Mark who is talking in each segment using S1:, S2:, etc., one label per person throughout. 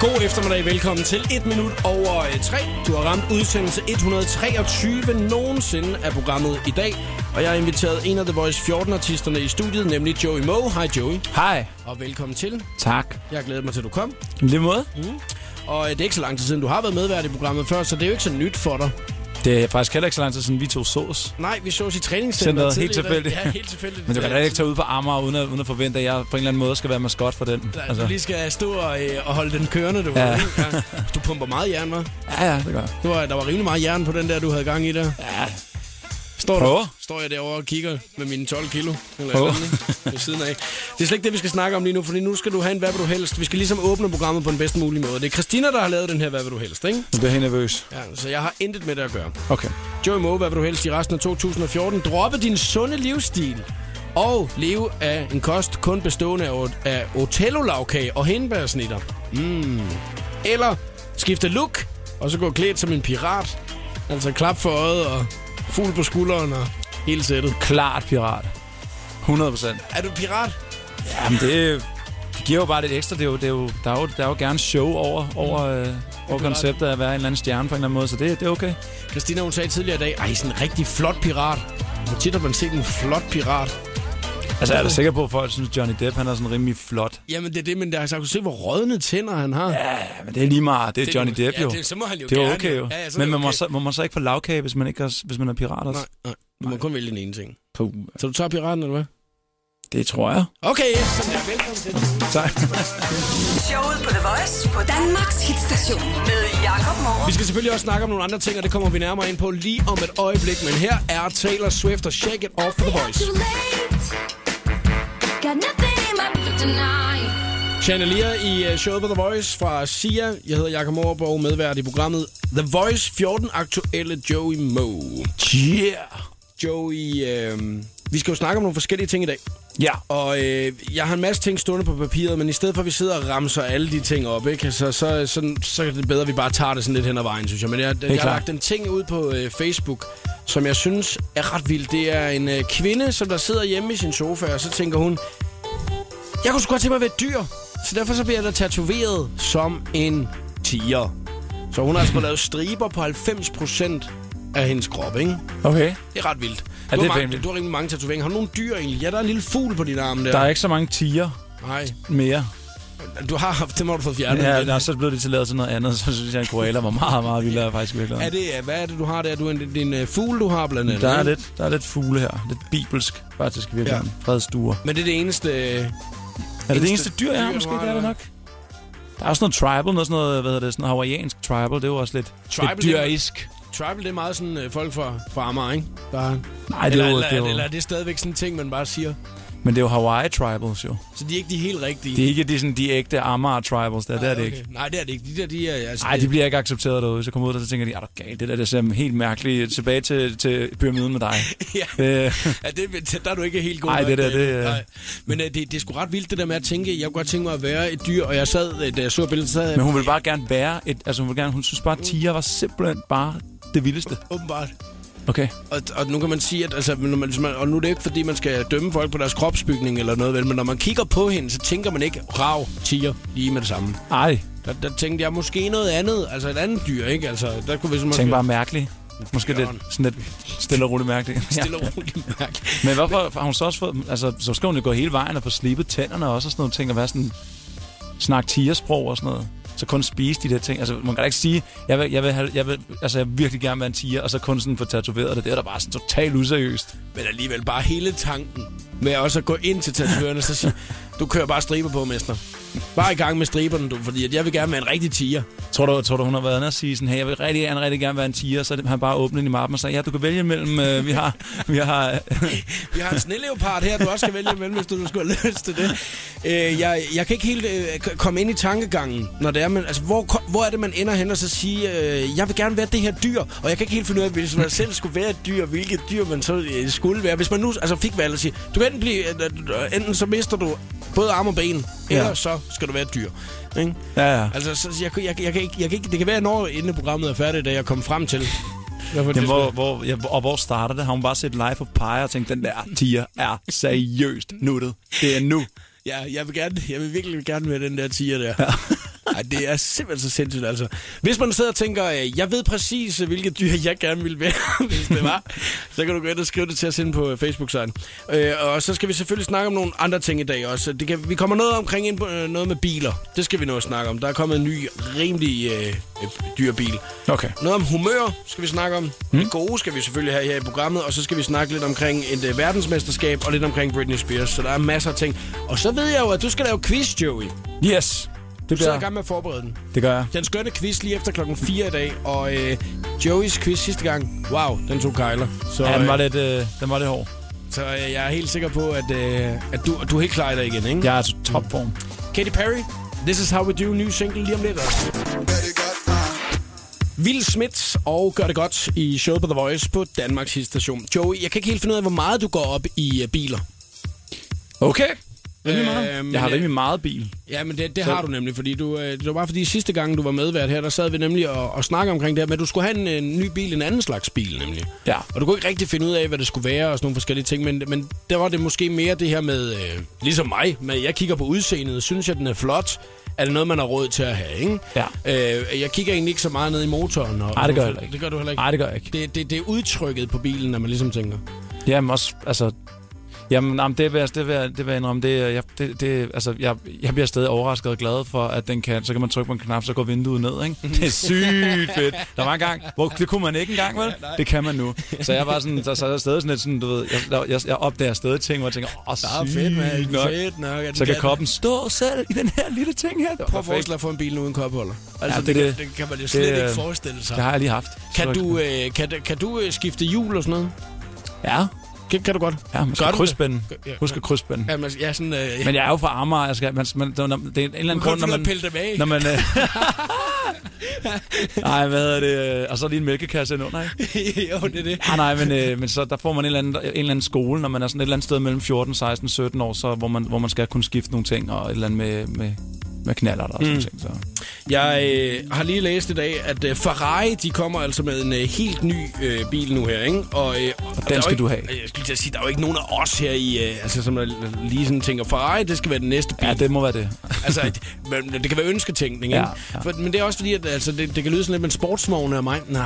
S1: god eftermiddag. Velkommen til 1 minut over 3. Du har ramt udsendelse 123 nogensinde af programmet i dag. Og jeg har inviteret en af The Voice 14-artisterne i studiet, nemlig Joey Moe. Hej Joey,
S2: Hej.
S1: og velkommen til.
S2: Tak.
S1: Jeg glæder mig til, at du kom.
S2: I lige måde.
S1: Og øh, det er ikke så lang tid siden, du har været medvært i programmet før, så det er jo ikke så nyt for dig.
S2: Det er faktisk heller ikke så lang tid siden, vi to sås.
S1: Nej, vi sås i træningscenteret
S2: Centeret, helt
S1: tidligere i dag.
S2: tilfældigt.
S1: Ja, helt tilfældigt.
S2: Men du kan da
S1: Ja,
S2: ikke tage ud på Amager, uden at, uden at forvente, at jeg på en eller anden måde skal være maskot for den. Altså.
S1: der- Du lige skal stå og, øh, og holde den kørende, du. Ja.
S2: Ja.
S1: Du pumper meget jern, hva'?
S2: Ja, ja, det gør jeg.
S1: Du var, der var rimelig meget jern på den der, du havde gang i der.
S2: Ja,
S1: Står,
S2: Prøver.
S1: der, står jeg derovre og kigger med mine 12 kilo, eller
S2: Prøver.
S1: oh. ved siden af. Det er slet ikke det, vi skal snakke om lige nu, fordi nu skal du have en hvad vil du helst. Vi skal ligesom åbne programmet på den bedst mulige måde. Det er Christina, der har lavet den her hvad vil du helst, ikke?
S2: nu bliver jeg helt nervøs.
S1: Ja, så jeg har intet med det at gøre.
S2: Okay.
S1: Joey Moe, hvad vil du helst i resten af 2014? Droppe din sunde livsstil og leve af en kost kun bestående af, ot- af otello-lavkage og hindbærsnitter. Mm. Eller skifte look og så gå klædt som en pirat. Altså klap for øjet og fugl på skulderen og hele sættet.
S2: Klart pirat. 100 procent.
S1: Er du pirat?
S2: Jamen, det, det giver jo bare lidt ekstra. Det er jo, det er jo, der, er jo, der er jo gerne show over, over, øh, over konceptet af at være en eller anden stjerne på en eller anden måde, så det, det er okay.
S1: Christina, hun sagde tidligere i dag, ej, sådan en rigtig flot pirat. Hvor tit har man set en flot pirat?
S2: Altså, jeg er da sikker på, at folk synes, Johnny Depp han er sådan rimelig flot.
S1: Jamen, det er det, men der, altså, så kunne se, hvor rådne tænder han har. Ja,
S2: Ja, men det er lige meget. Det er Johnny Depp jo.
S1: Ja, det, så må han jo
S2: Det er
S1: gerne,
S2: okay jo.
S1: Ja, ja, så er
S2: Men
S1: det
S2: man må
S1: okay.
S2: så- må man så ikke få lavkage, hvis man, ikke er, hvis man er pirat også?
S1: Nej, nej. Du må kun vælge den ene ting.
S2: Puh,
S1: Så du tager piraten, eller hvad?
S2: det tror jeg.
S1: Okay, yes, sådan der. Velkommen til.
S2: Tak.
S3: Showet på The Voice på Danmarks hitstation med Jakob
S1: Vi
S3: Morup.
S1: skal selvfølgelig også snakke om nogle andre ting, og det kommer vi nærmere ind på lige om et øjeblik. Men her er Taylor Swift og Shake It Off for The Voice.
S4: Too late. Got nothing in my pocket tonight.
S1: Chandelier i øh, showet på The Voice fra Sia. Jeg hedder Jakob Morborg, medvært i programmet The Voice 14, aktuelle Joey Moe.
S2: Yeah.
S1: Joey, øh, vi skal jo snakke om nogle forskellige ting i dag.
S2: Ja.
S1: Og øh, jeg har en masse ting stående på papiret, men i stedet for at vi sidder og ramser alle de ting op, ikke, så, så, så, så er det bedre, at vi bare tager det sådan lidt hen ad vejen, synes jeg. Men jeg, jeg har
S2: klart.
S1: lagt en ting ud på øh, Facebook, som jeg synes er ret vild. Det er en øh, kvinde, som der sidder hjemme i sin sofa, og så tænker hun, jeg kunne sgu godt tænke mig at være et dyr, så derfor så bliver jeg da tatoveret som en tiger. Så hun har altså fået lavet striber på 90% af hendes krop, ikke?
S2: Okay.
S1: Det er ret vildt.
S2: Ja,
S1: du,
S2: det er
S1: har mange,
S2: vanvittigt.
S1: du har rimelig mange tatoveringer. Har du nogle dyr egentlig? Ja, der er en lille fugl på din arm der.
S2: Der er ikke så mange tiger
S1: Nej,
S2: mere.
S1: du har haft dem, har du fået fjernet.
S2: Ja,
S1: igen.
S2: nå, så blev det til lavet til noget andet, så synes jeg, en koala var meget, meget vildere faktisk virkelig.
S1: Er det, øh, hvad er det, du har der? Du er en, din uh, fugl, du har blandt andet.
S2: Der er
S1: ikke?
S2: lidt, der er lidt fugle her. Lidt bibelsk, faktisk i virkeligheden. Ja. Fredstuer.
S1: Men det er det eneste... øh,
S2: Er det det
S1: Eneste
S2: eneste dyr, jeg har
S1: dyr,
S2: måske?
S1: du har
S2: Det er det
S1: der.
S2: nok. Der er også noget tribal, noget sådan noget, hvad hedder det, sådan noget hawaiiansk tribal. Det er jo også lidt,
S1: Tribal,
S2: lidt
S1: det er-
S2: dyrisk.
S1: Tribal, det er meget sådan øh, folk fra, fra Amager, ikke? Der,
S2: Nej, det
S1: eller,
S2: er jo,
S1: eller,
S2: det er
S1: eller er
S2: jo,
S1: det stadigvæk sådan en ting, man bare siger?
S2: men det er jo Hawaii tribals jo.
S1: Så de er ikke de helt rigtige?
S2: Det er ikke de, sådan, de ægte Amager tribals, der, det er det ikke.
S1: Nej, det er det ikke. De der, de er... Altså,
S2: Nej, de bliver ikke accepteret derude. Så kommer ud, og så tænker de, er du gal, det der det ser helt mærkeligt tilbage til, til pyramiden med dig.
S1: Ja.
S2: Øh,
S1: Ja, det, der er du ikke helt god
S2: Ej,
S1: nok,
S2: det der,
S1: David.
S2: det, øh.
S1: Nej. Men øh, det, det er sgu ret vildt, det der med at tænke, jeg kunne godt tænke mig at være et dyr, og jeg sad, øh, da jeg så billedet, så sad jeg
S2: men hun vil bare gerne være et... Altså, hun, vil gerne, hun synes bare, at tiger var simpelthen bare det vildeste.
S1: åbenbart.
S2: Okay.
S1: Og, og nu kan man sige, at altså, når man, hvis man, og nu er det ikke, fordi man skal dømme folk på deres kropsbygning eller noget, vel, men når man kigger på hende, så tænker man ikke, rav, tiger, lige med det samme.
S2: Ej,
S1: Der, der tænkte jeg måske noget andet, altså et andet dyr, ikke? Altså, der kunne vi måske
S2: tænk bare mærkeligt. Måske lidt, sådan lidt stille og roligt mærkeligt. Ja.
S1: stille og roligt mærke.
S2: Men hvorfor har hun så også fået... Altså, så skal hun jo gå hele vejen og få slibet tænderne også og sådan nogle ting, og være sådan... Snak tigersprog og sådan noget. Så kun spise de der ting. Altså, man kan da ikke sige, jeg vil, jeg vil, have, jeg vil, altså, jeg vil virkelig gerne være en tiger, og så kun sådan få tatoveret det. Det er da bare sådan totalt useriøst.
S1: Men alligevel bare hele tanken med også at gå ind til tatovøren og så sige, du kører bare striber på, mester. Bare i gang med striberne, du, fordi at jeg vil gerne være en rigtig tiger.
S2: Tror du, tror du hun har været inde og sige sådan, hey, jeg vil rigtig gerne, rigtig gerne være en tiger, så har han bare åbnet i mappen og sagde, ja, du kan vælge mellem, øh, vi har, vi har,
S1: Vi har en sneleopard her, du også skal vælge imellem, hvis du, du skulle have lyst til det. Øh, jeg, jeg kan ikke helt øh, k- komme ind i tankegangen, når det er, men altså, hvor, ko- hvor er det, man ender hen og så sige, øh, jeg vil gerne være det her dyr, og jeg kan ikke helt finde ud af, hvis man selv skulle være et dyr, hvilket dyr man så øh, skulle være. Hvis man nu altså, fik valget at sige, du kan enten, blive, øh, øh, enten så mister du både arm og ben,
S2: Ja.
S1: eller så skal du være et dyr. Ikke?
S2: ja, ja.
S1: Altså, så, jeg, jeg, jeg, jeg, kan ikke, jeg kan ikke, det kan være, når inden programmet er færdigt, at jeg kommer frem til. Hvorfor
S2: Jamen, hvor, hvor, ja, og hvor starter det? Har hun bare set Life of Pi og tænkt, den der tiger er seriøst nuttet. Det er nu.
S1: Ja, jeg vil gerne, jeg vil virkelig gerne være den der tiger der. Ja. Ej, det er simpelthen så sindssygt, altså. Hvis man sidder og tænker, øh, jeg ved præcis, øh, hvilke dyr jeg gerne vil være, hvis det var, så kan du gå ind og skrive det til os ind på øh, Facebook-siden. Øh, og så skal vi selvfølgelig snakke om nogle andre ting i dag også. Det kan, vi kommer noget omkring ind på øh, noget med biler. Det skal vi nå at snakke om. Der er kommet en ny, rimelig øh, øh, dyr bil.
S2: Okay.
S1: Noget om humør skal vi snakke om. Mm. Det gode skal vi selvfølgelig have her i programmet. Og så skal vi snakke lidt omkring et øh, verdensmesterskab og lidt omkring Britney Spears. Så der er masser af ting. Og så ved jeg jo, at du skal lave quiz, Joey.
S2: Yes. Det,
S1: Du sidder i
S2: bliver,
S1: gang med at forberede den.
S2: det gør jeg.
S1: Den skønne quiz lige efter klokken 4 i dag, og øh, Joeys quiz sidste gang, wow, den tog kejler. Så,
S2: Ja, den var
S1: øh,
S2: lidt, øh, den var lidt hård.
S1: så øh, jeg er helt sikker på, at, øh, at du, du er helt klar i dag igen, ikke?
S2: Jeg er i topform.
S1: Katy Perry, This Is How We Do, ny single lige om lidt også. Will Smith og Gør det godt i showet på The Voice på Danmarks station. Joey, jeg kan ikke helt finde ud af, hvor meget du går op i øh, biler.
S2: Okay. Rimelig
S1: Øh,
S2: meget.
S1: men,
S2: jeg har
S1: øh,
S2: rimelig meget bil.
S1: Ja, men det, det har du nemlig, fordi du, øh, det var bare fordi sidste gang, du var medvært her, der sad vi nemlig og, og snakkede omkring det her, men du skulle have en, en ny bil, en anden slags bil nemlig.
S2: Ja.
S1: Og du kunne ikke rigtig finde ud af, hvad det skulle være og sådan nogle forskellige ting, men, men der var det måske mere det her med, øh, ligesom mig, med jeg kigger på udseendet, synes jeg, den er flot, er det noget, man har råd til at have, ikke?
S2: Ja.
S1: Øh, jeg kigger egentlig ikke så meget ned i motoren. Og,
S2: Nej, det gør jeg heller ikke.
S1: Det gør du heller ikke.
S2: Nej, det gør jeg ikke.
S1: Det, det, det er udtrykket på bilen, når man ligesom tænker.
S2: Jamen også, altså... Jamen, jamen det, vil, jeg- det, vil, jeg- det vil jeg indrømme. Det, er- jeg, det, det, altså, jeg, jeg bliver stadig overrasket og glad for, at den kan, så kan man trykke på en knap, så går vinduet ned. Ikke?
S1: Mhm.
S2: Det er sygt fedt. Der var en gang, hvor det kunne man ikke engang, vel? det kan man nu. Så jeg var sådan, så, så er jeg stadig sådan lidt sådan, du ved, jeg, jeg, jeg opdager stadig ting, hvor jeg tænker, åh,
S1: Ah,
S2: sygt
S1: fedt, man.
S2: nok.
S1: Fedt nok. at
S2: Så
S1: den
S2: kan koppen stå selv i den her lille ting her. Det var
S1: Prøv at
S2: perfekt.
S1: forestille dig at få en bil uden kopholder. Altså,
S2: Ja,
S1: det,
S2: det-
S1: det, det kan man jo slet det,
S2: det,
S1: ikke
S2: øh,
S1: forestille sig.
S2: Det har jeg lige haft.
S1: Kan
S2: Så-
S1: du, øh, kan, kan du øh, skifte hjul og sådan noget?
S2: Ja,
S1: Kan, kan du godt?
S2: ja man
S1: Gør
S2: skal
S1: du
S2: krydsspænde.
S1: det? Ja.
S2: Husk at krydsspænde.
S1: Ja, man, ja sådan... Øh, ja.
S2: Men jeg er jo fra Amager. Jeg skal, man, man, der- når- det er en eller anden
S1: kun
S2: grund, når
S1: finde ud af
S2: man...
S1: at pille dem af.
S2: Når man øh, nej, hvad hedder det? øh, Og så lige en mælkekasse under, ikke?
S1: jo, det er det.
S2: Ah, nej, men, øh, men så der får man en eller, anden, en eller anden skole, når man er sådan et eller andet sted mellem 14, 16, 17 år, så, hvor, man, hvor man skal kunne skifte nogle ting og et eller andet med, med, med knaller og sådan mm. ting. Så.
S1: Jeg øh, har lige læst i dag, at øh, Ferrari, de kommer altså med en øh, helt ny øh, bil nu her, ikke? Og, øh, og der er jo
S2: skal
S1: ikke,
S2: du have.
S1: Jeg skulle lige til at sige, der er jo ikke nogen af os her i... Øh, altså, som er- lige sådan tænker, Ferrari, det skal være den næste bil.
S2: Ja, det må være det.
S1: Altså, at- men det kan være ønsketænkning, ikke? Ja,
S2: Ja,
S1: ja.
S2: ja.
S1: For, men det er også fordi, at altså, det, det kan lyde sådan lidt, men sportsvogne er mig. Nej,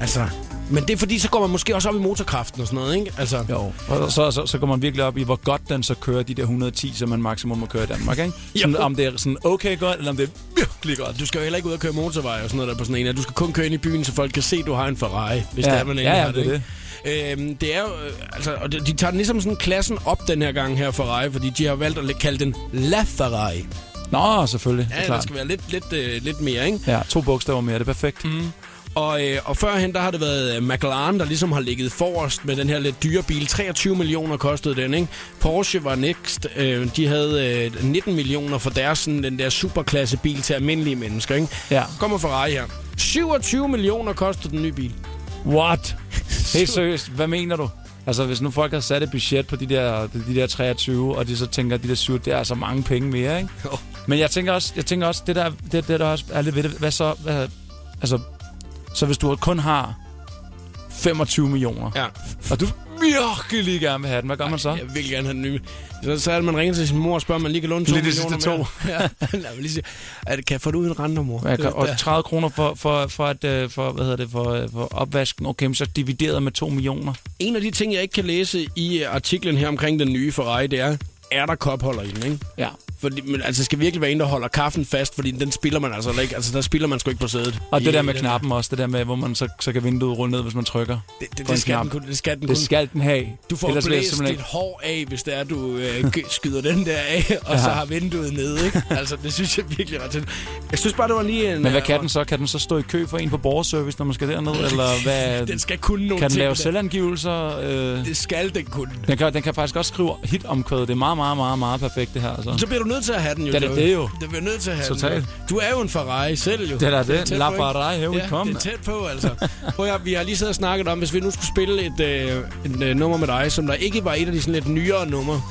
S1: altså... Men det er fordi, så går man måske også op i motorkraften og sådan noget, ikke? Altså,
S2: Jo. Og så, så, så går man virkelig op i, hvor godt den så kører de der 110, som man maksimum må køre i Danmark, ikke? Sådan,
S1: Jo.
S2: om det er sådan okay godt, eller om det er virkelig godt.
S1: Du skal jo heller ikke ud og køre motorvej og sådan noget der på sådan en. her. Du skal kun køre ind i byen, så folk kan se, at du har en Ferrari, hvis
S2: Ja,
S1: det er, man egentlig
S2: ja, ja,
S1: har det.
S2: det er
S1: ikke? Øhm, det er jo, øh, altså, og de, de tager den ligesom sådan klassen op den her gang her Ferrari, fordi de har valgt at kalde den La Ferrari.
S2: Nå, selvfølgelig. det
S1: Ja,
S2: er
S1: der
S2: klart.
S1: skal være lidt, lidt, øh, lidt mere, ikke?
S2: Ja, to bogstaver mere, det er perfekt.
S1: Mhm.
S2: Mm.
S1: Og, øh, og førhen, der har det været øh, McLaren, der ligesom har ligget forrest med den her lidt dyre bil. 23 millioner kostede den, ikke? Porsche var next. Øh, de havde øh, 19 millioner for deres, sådan, den der superklasse bil til almindelige mennesker, ikke?
S2: Ja.
S1: Kommer Ferrari her. 27 millioner kostede den nye bil.
S2: What? Helt seriøst, hvad mener du? Altså, hvis nu folk har sat et budget på de der, de der 23, og de så tænker, at de der 7, det er altså mange penge mere, ikke?
S1: Jo.
S2: Men jeg tænker også, jeg tænker også det, der, det, det der også er lidt ved det, hvad så, hvad, altså, så hvis du kun har 25 millioner,
S1: Ja.
S2: og du virkelig gerne vil have den, hvad gør man så?
S1: Jeg vil gerne have den nye. Så, så er det, man ringer til sin mor og spørger, om man lige kan låne 2
S2: Lige de
S1: millioner
S2: sidste to.
S1: mere. ja, lad mig lige sige. Er det- Kan jeg få det uden renter, mor?
S2: Hvad kan,
S1: Det-
S2: og 30 kroner for, for, for, at, øh, for, hvad hedder det, for, øh, for opvasken. Okay, men så divideret med 2 millioner.
S1: En af de ting, jeg ikke kan læse i øh, artiklen her omkring den nye Ferrari, det er, er der kopholder i den, ikke?
S2: Ja.
S1: Fordi, men altså, skal virkelig være en, der holder kaffen fast, fordi den spiller man altså heller ikke. Altså, der spiller man sgu ikke på sædet. Øh,
S2: Og det
S1: I-
S2: der med
S1: i den
S2: knappen også, det der med, hvor man så, så kan vinduet rulle ned, hvis man trykker.
S1: her. Det, det,
S2: på en
S1: det, skal den
S2: knap.
S1: kun, det skal den kun.
S2: Det skal den have.
S1: Du får
S2: Ellers vil jeg
S1: blæst dit
S2: simpelthen
S1: hår af, hvis det er, du øh, gø- skyder den der af, og så har vinduet nede, ikke? Altså, det synes jeg virkelig er ret til. Jeg synes bare, det var lige en...
S2: Men hvad
S1: øh,
S2: kan den så? Kan den så stå i kø for en på borgerservice, når man skal derned? Eller hvad?
S1: Den skal kunne nogle
S2: kan den
S1: ting.
S2: lave
S1: der.
S2: selvangivelser? Øh,
S1: Det skal den kunne.
S2: den, kan, den kan faktisk også skrive hit omkødet. Det er meget, meget, meget, meget perfekt, det her.
S1: Så
S2: Altså.
S1: bliver du nødt til at have den, jo.
S2: Det er da
S1: Joey.
S2: det jo.
S1: Det bliver nødt til at have
S2: Totalt.
S1: den. jo. Du er jo en Ferrari selv, jo.
S2: Det er da
S1: er
S2: det.
S1: tæt
S2: La
S1: på, ikke?
S2: Ferrari, here we
S1: ja,
S2: come.
S1: det er tæt på, altså. Prøv at, høre, vi har lige siddet og snakket om, hvis vi nu skulle spille et, øh, et øh, nummer med dig, som der ikke var et af de sådan lidt nyere numre,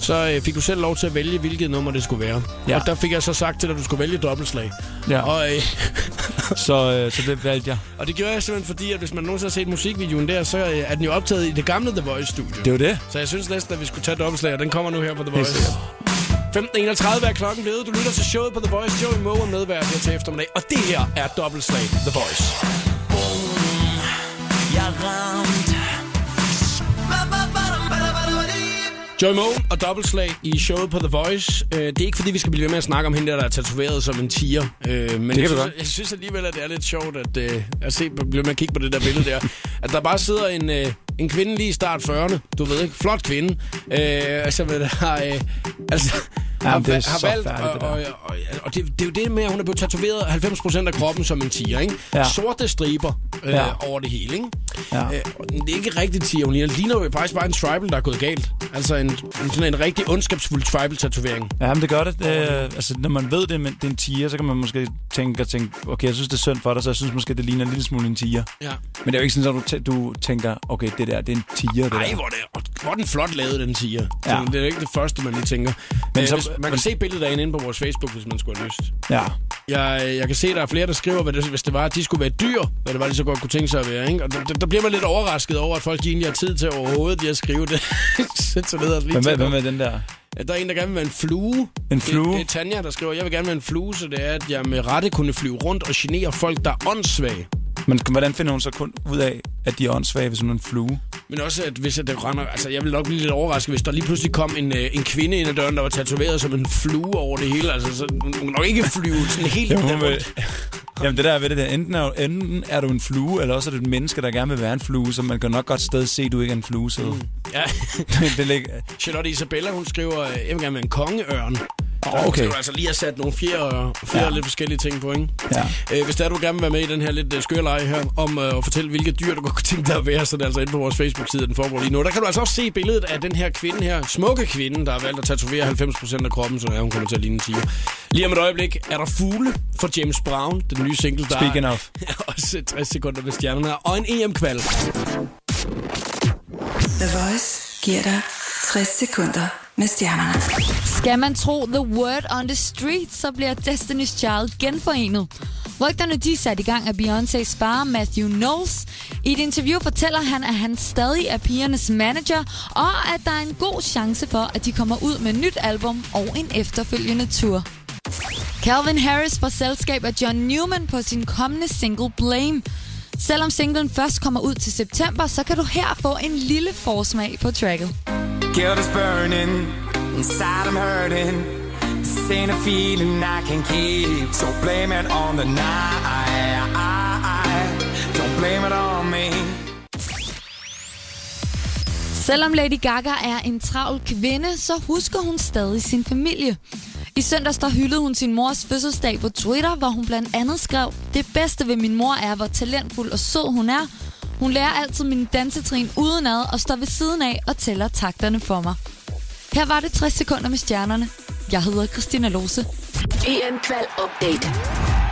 S1: så øh, fik du selv lov til at vælge, hvilket nummer det skulle være.
S2: Ja.
S1: Og der fik jeg så sagt til dig, at du skulle vælge dobbeltslag.
S2: Ja.
S1: Og, øh,
S2: Så, øh, så det valgte jeg.
S1: og det gjorde jeg simpelthen fordi, at hvis man nogensinde har set musikvideoen der, så øh, er den jo optaget i det gamle The Voice-studio.
S2: Det var det.
S1: Så jeg synes næsten, at vi skulle tage dobbeltslag, og den kommer nu her på The Voice.
S2: sikkert.
S1: 15.31 er klokken blevet. Du lytter til showet på The Voice. Joey Moe er medvært her til eftermiddag. Og det her er Dobbeltslag The Voice.
S5: Jeg ramt.
S1: Joey Moe og Dobbeltslag i showet på The Voice. Øh, Det er ikke fordi, vi skal blive ved med at snakke om hende, der der er tatoveret som en tiger. Øh, Men jeg
S2: du
S1: synes,
S2: godt.
S1: jeg synes alligevel, at det er lidt sjovt at, øh, at se, blive ved med at kigge på det der billede der. At der bare sidder en, øh, en kvinde lige i start 40'erne. Du ved ikke, flot kvinde. Øh, som øh, har, øh, altså, har,
S2: Jamen, det er
S1: har
S2: så
S1: valgt,
S2: færdigt, det
S1: og,
S2: der.
S1: og, og, og det, det er jo det med, at hun er blevet tatoveret 90% af kroppen som en tiger, ikke?
S2: Ja.
S1: Sorte striber øh,
S2: Ja.
S1: over det hele, ikke?
S2: Ja.
S1: Øh, og det er ikke rigtigt tiger, hun ligner. Det ligner jo faktisk bare en tribal, der er gået galt. Altså en, en sådan en rigtig ondskabsfuld tribal-tatovering.
S2: Ja, men det gør det. det øh, altså, når man ved, det, men det er en tiger, så kan man måske tænke og tænke, okay, jeg synes, det er synd for dig, så jeg synes måske, det ligner en lille smule en tiger.
S1: Ja.
S2: Men det er jo ikke sådan, at du, tæ- du tænker, okay, det der, det er en tiger, det der.
S1: Ej, hvor er det og hvor er den flot lavet, den tiger. Ja.
S2: Ja.
S1: Det er ikke det første, man lige tænker. Men øh,
S2: så-
S1: hvis, man kan
S2: men-
S1: se billedet derinde inde på vores Facebook, hvis man skulle have lyst.
S2: Ja.
S1: Jeg, jeg kan se, at der er flere, der skriver, hvad det, hvis det var, at de skulle være dyr, hvad det var, de så godt kunne tænke sig at være. Ikke? Og der, der, bliver man lidt overrasket over, at folk de egentlig har tid til overhovedet lige at skrive det. Sæt sig ned og lige
S2: Hvem, er-
S1: tænke
S2: hvem
S1: over.
S2: er den der?
S1: Der er en, der gerne vil være en flue.
S2: En
S1: Det,
S2: flue?
S1: det er Tanja, der skriver, jeg vil gerne være en flue, så det er, at jeg med rette kunne flyve rundt og genere folk, der er åndssvage.
S2: Men hvordan finder hun så kun ud af, at de er åndssvage, hvis hun er en flue?
S1: Men også, at hvis at det render... Altså, jeg ville nok blive lidt overrasket, hvis der lige pludselig kom en, øh, en kvinde ind ad døren, der var tatoveret som en flue over det hele. Altså, så, hun kunne nok ikke flyve sådan helt...
S2: Jamen, hun vil,
S1: rundt.
S2: jamen det der er ved det der, enten er, enten er du en flue, eller også er du et menneske, der gerne vil være en flue, så man kan nok godt stadig se, at du ikke er en flue. Så. Mm.
S1: Ja.
S2: det ligger,
S1: Charlotte Isabella, hun skriver, øh, jeg vil gerne være en kongeørn. Der,
S2: okay.
S1: Hun skriver altså lige at sat nogle fjer og fjer ja.
S2: Ja.
S1: lidt forskellige ting på, ikke?
S2: Ja.
S1: Øh, hvis der du gerne vil være med i den her lidt øh, skøre lege her, om øh, at fortælle, hvilke dyr du godt kunne tænke dig at være, så er det altså inde på vores Facebook-side, den foregår lige nu. Og Der kan du altså også se billedet af den her kvinde her, smukke kvinde, der har valgt at tatovere 90% af kroppen, så ja, hun kommer til at ligne en tiger. Lige om et øjeblik er der Fugle for James Brown, den nye single, der
S2: Speaking
S1: er
S2: of.
S1: også 60 sekunder med stjernerne, og en E EM-kval.
S3: The Voice giver dig 60 sekunder med stjernerne.
S6: Skal man tro The Word on the Street, så bliver Destiny's Child genforenet. Rygterne de er sat i gang af Beyoncé's far Matthew Knowles. I et interview fortæller han, at han stadig er pigernes manager, og at der er en god chance for, at de kommer ud med et nyt album og en efterfølgende tour. Calvin Harris får selskab af John Newman på sin kommende single Blame. Selvom singlen først kommer ud til september, så kan du her få en lille forsmag på tracket.
S7: Guilt is burning, inside I'm hurting. This ain't a feeling I can keep. So blame it on the night. Don't blame it on me.
S6: Selvom Lady Gaga er en travl kvinde, så husker hun stadig sin familie. I søndags der hyldede hun sin mors fødselsdag på Twitter, hvor hun blandt andet skrev, Det bedste ved min mor er, hvor talentfuld og sød hun er. Hun lærer altid mine dansetrin udenad og står ved siden af og tæller takterne for mig. Her var det 60 sekunder med stjernerne. Jeg hedder Christina Lose.
S8: EM E Kval Update.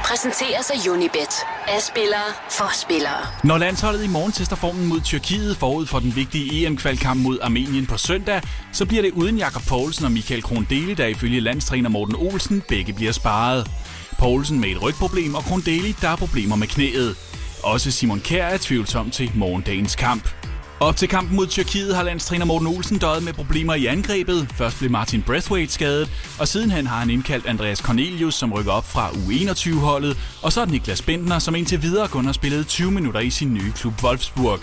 S8: Præsenteres af Unibet. Af spillere for spillere.
S9: Når landsholdet i morgen tester formen mod Tyrkiet forud for den vigtige EM-kvalkamp mod Armenien på søndag, så bliver det uden Jakob Poulsen og Michael Krondele, der ifølge landstræner Morten Olsen begge bliver sparet. Poulsen med et rygproblem og Krondele, der har problemer med knæet. Også Simon Kjær er tvivlsom til morgendagens kamp. Op til kampen mod Tyrkiet har landstræner Morten Olsen døjet med problemer i angrebet. Først blev Martin Brathwaite skadet, og sidenhen har han indkaldt Andreas Cornelius, som rykker op fra U21-holdet, og så er det Niklas Bentner, som indtil videre kun har spillet 20 minutter i sin nye klub Wolfsburg.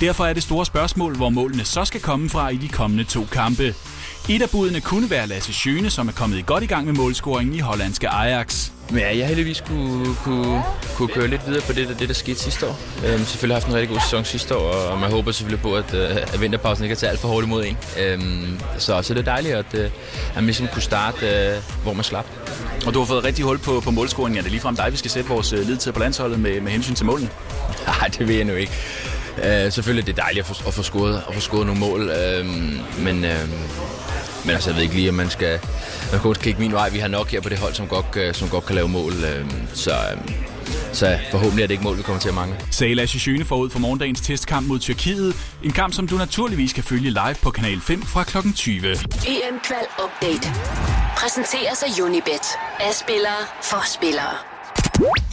S9: Derfor er det store spørgsmål, hvor målene så skal komme fra i de kommende to kampe. Et af budene kunne være Lasse Schøne, som er kommet godt i gang med målscoringen i hollandske Ajax.
S10: Men ja, jeg har heldigvis kunne, kunne, kunne køre lidt videre på det, der, det, der skete sidste år. Øhm, selvfølgelig har jeg haft en rigtig god sæson sidste år, og man håber selvfølgelig på, at, øh, at vinterpausen ikke er taget alt for hårdt imod en. Øhm, så, så det er dejligt, at, øh, at man ligesom kunne starte, øh, hvor man slap.
S9: Og du har fået rigtig hul på, på målscoringen. Er det ligefrem dig, vi skal sætte vores øh, lid til på landsholdet med, med hensyn til målene?
S10: Nej, det ved jeg nu ikke. Øh, selvfølgelig er det dejligt at få, at få, scoret, at få scoret nogle mål, øh, men, øh, men altså, jeg ved ikke lige, om man skal, man kun skal kigge min vej. Vi har nok her på det hold, som godt, øh, som godt kan lave mål, øh, så, øh, så forhåbentlig er det ikke mål, vi kommer til at mangle.
S9: sagde Lasse Schøne forud for morgendagens testkamp mod Tyrkiet. En kamp, som du naturligvis kan følge live på Kanal 5 fra kl. 20.
S8: EM E Kval Update. Præsenteres af Unibet. Af spillere for spillere.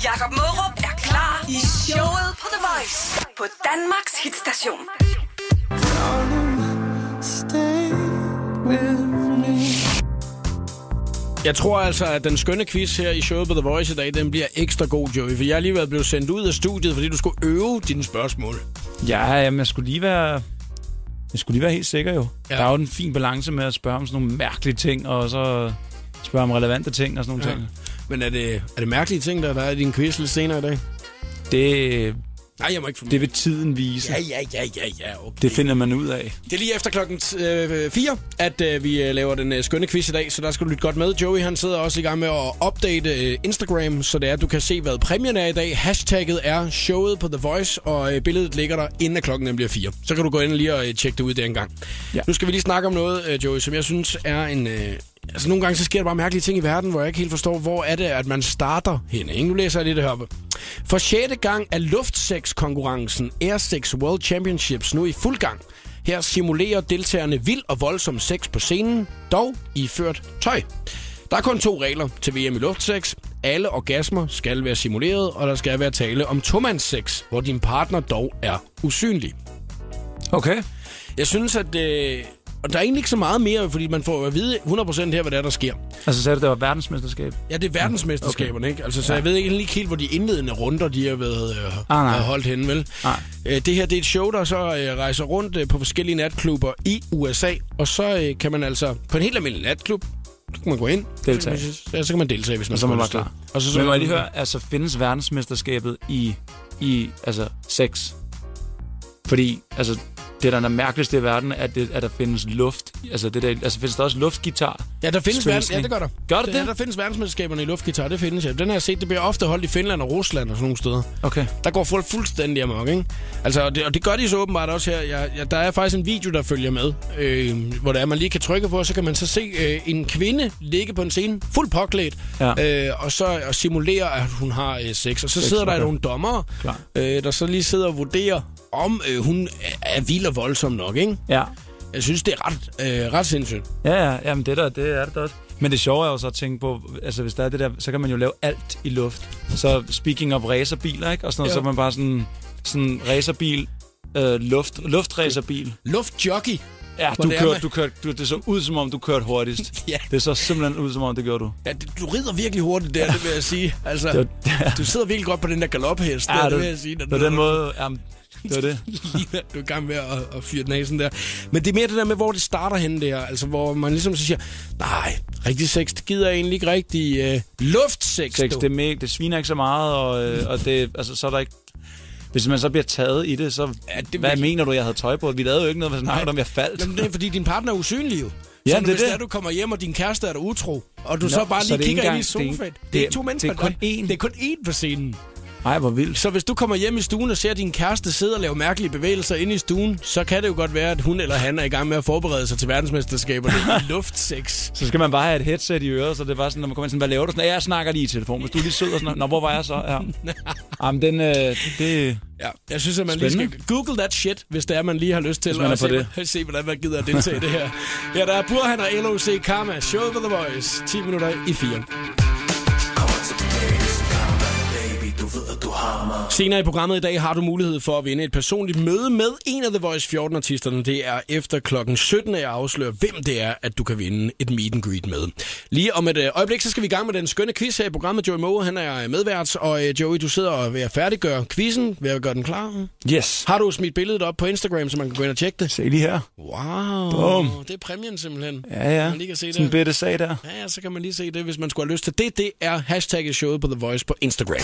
S3: Jakob Mørup er klar i showet på The Voice på Danmarks hitstation.
S1: Jeg tror altså, at den skønne quiz her i showet på The Voice i dag, den bliver ekstra god, Joey. For jeg er lige været blevet sendt ud af studiet, fordi du skulle øve dine spørgsmål.
S2: Ja, jamen, jeg skulle lige være... Jeg skulle lige være helt sikker jo.
S1: Ja.
S2: Ja. Der er jo en fin balance med at spørge om sådan nogle mærkelige ting, og så spørge om relevante ting og sådan nogle ja. ting.
S1: Men er det, er det mærkelige ting, der, der er i din quiz lidt senere i dag?
S2: Det,
S1: Nej, jeg må ikke for
S2: det vil tiden vise.
S1: Ja,
S2: Ja.
S1: ja, ja, ja, ja, okay.
S2: Det finder man ud af.
S1: Det er lige efter klokken 4, at øh, vi øh, laver den øh, skønne quiz i dag, så der skal du lytte godt med. Joey, han sidder også i gang med at update øh, Instagram, så det er, at du kan se, hvad præmien er i dag. Hashtagget er showet på The Voice, og øh, billedet ligger der, inden at klokken den bliver 4. Så kan du gå ind lige og øh, tjekke det ud der engang. Ja.
S2: Ja.
S1: Nu skal vi lige snakke om noget, øh, Joey, som jeg synes er en... Øh, altså, nogle gange så sker der bare mærkelige ting i verden, hvor jeg ikke helt forstår, hvor er det, at man starter henne. Ikke? Nu læser jeg lige det her op. For sjette gang er luftsex-konkurrencen Airsex World Championships nu i fuld gang. Her simulerer deltagerne vild og voldsom sex på scenen, dog iført tøj. Der er kun to regler til VM i luftsex. Alle orgasmer skal være simuleret, og der skal være tale om tomandssex, hvor din partner dog er usynlig.
S2: Okay.
S1: Jeg synes, at... Øh, og der er egentlig ikke så meget mere, fordi man får jo at vide 100% her, hvad der, er, der sker.
S2: Altså sagde du, det var verdensmesterskab?
S1: Ja, det er verdensmesterskaberne, okay. ikke? Altså, så ja. jeg ved ikke ikke helt, hvor de indledende runder, de har været øh,
S2: Ah, nej.
S1: ah, holdt henne, vel?
S2: Nej.
S1: Øh, det her, det er et show, der så øh, rejser rundt øh, på forskellige natklubber i USA, og så øh, kan man altså på en helt almindelig natklub, så kan man gå ind.
S2: Deltage.
S1: Så, ja, så kan man deltage, hvis man
S2: Og så er man
S1: skulle
S2: bare
S1: et sted.
S2: klar.
S1: Og så, så
S2: Men må jeg lige høre, altså findes verdensmesterskabet i, i altså sex? Fordi, altså, det der er det mærkeligste i verden, at, det, at der findes luft. Altså, det der, altså findes der også luftgitar?
S1: Ja, der findes
S2: Spilles
S1: verdens... Ja,
S2: ikke?
S1: det gør der.
S2: Gør det
S1: Ja,
S2: det?
S1: Der findes verdensmesterskaberne i luftgitar, det findes, ja. Den har jeg set, det bliver ofte holdt i Finland og Rusland og sådan nogle steder.
S2: Okay.
S1: Der går folk fuldstændig amok, ikke? Altså, og det, og det gør de så åbenbart også her. Jeg, jeg, der er faktisk en video, der følger med, øh, hvor der er, man lige kan trykke på, og så kan man så se øh, en kvinde ligge på en scene, fuldt påklædt, ja.
S2: Ja.
S1: øh, og så og simulere, at hun har øh, sex. Og så sex,
S2: Sex,
S1: sidder der
S2: okay.
S1: nogle dommere,
S2: Klar.
S1: øh, der så lige sidder og vurderer, om øh, hun er- er vild og voldsom nok, ikke?
S2: Ja.
S1: Jeg synes, det er ret, øh, ret sindssygt.
S2: Ja, ja, jamen det, der, det er det da også. Men det sjove er jo så at tænke på, altså hvis der er det der, så kan man jo lave alt i luft. Så speaking of racerbiler, ikke? Og sådan noget,
S1: Ja.
S2: så er man bare sådan, sådan racerbil, øh, luft, luftracerbil.
S1: Luftjockey.
S2: Ja,
S1: Hvor
S2: du
S1: det er
S2: kørte,
S1: med-
S2: du kørte, du, det så ud som om, du kørte hurtigst.
S1: Ja.
S2: Det så simpelthen ud som om, det gjorde du.
S1: Ja, det- du rider virkelig hurtigt der, det vil jeg sige. Altså,
S2: Det var-
S1: du sidder virkelig godt på den der galophest, der,
S2: Ja,
S1: det,
S2: det,
S1: vil jeg sige. når
S2: det
S1: du-
S2: var den måde, jamen, det var det.
S1: Ligner, du er i gang med at, at fyre næsen der. Men det er mere det der med, hvor det starter henne der. Altså, hvor man ligesom så siger, nej, rigtig sex, det gider jeg egentlig ikke rigtig. Øh, luftsex,
S2: Sex,
S1: du.
S2: det, er mega, det sviner ikke så meget, og, øh, og det, altså, så er der ikke... Hvis man så bliver taget i det, så...
S1: Ja,
S2: Ja,
S1: det
S2: det hvad
S1: vil-
S2: mener du, jeg havde tøj på? Vi lavede jo ikke noget, hvad snakkede om, jeg faldt.
S1: Jamen, det er, fordi din partner er usynlig jo.
S2: Ja,
S1: så
S2: det er
S1: hvis
S2: det.
S1: er, du kommer hjem, og din kæreste er der utro, og du Nå, så bare
S2: så
S1: lige
S2: det er
S1: kigger
S2: ikke
S1: ind i sofaen.
S2: engang-
S1: Det,
S2: det er-
S1: det, er ikke to
S2: det er
S1: mennesker.
S2: kun
S1: der-
S2: én.
S1: Det er kun én på scenen.
S2: Nej, hvor vildt.
S1: Så hvis du kommer hjem i stuen og ser, at din kæreste sidder og laver mærkelige bevægelser inde i stuen, så kan det jo godt være, at hun eller han er i gang med at forberede sig til verdensmesterskaberne i luftsex.
S2: Så skal man bare have et headset i øret, så det er bare sådan, når man kommer ind sådan, hvad laver du? Sådan, ja, jeg snakker lige i telefon, hvis du er lige sød og sådan noget. Nå, hvor var jeg så? Ja. Jamen, den, øh, det...
S1: Ja, jeg synes, at man lige
S2: Spændende.
S1: skal google that shit, hvis det er, man lige har lyst til
S2: man
S1: at
S2: er
S1: se,
S2: på
S1: se, hvordan man gider at deltage i det her. Ja, der er Burhan og LOC Karma, Show for the Voice, 10 minutter i 4. Senere i programmet i dag har du mulighed for at vinde et personligt møde med en af The Voice 14-artisterne. Det er efter klokken 17, at jeg afslører, hvem det er, at du kan vinde et meet and greet med. Lige om et øh, øjeblik, så skal vi i gang med den skønne quiz her i programmet. Joey Moe, han er medvært, og øh, Joey, du sidder og er ved at færdiggøre quizzen, ved at gøre den klar.
S2: Yes.
S1: Har du smidt billedet op på Instagram, så man kan gå ind og tjekke det?
S2: Se lige her.
S1: Wow,
S2: Bum.
S1: det er præmien simpelthen.
S2: Ja, ja.
S1: Man lige kan se
S2: Sådan
S1: det.
S2: en bitte sag der.
S1: Ja, ja, så kan man lige se det, hvis man skulle have lyst til det. Det er hashtagget showet på The Voice på Instagram.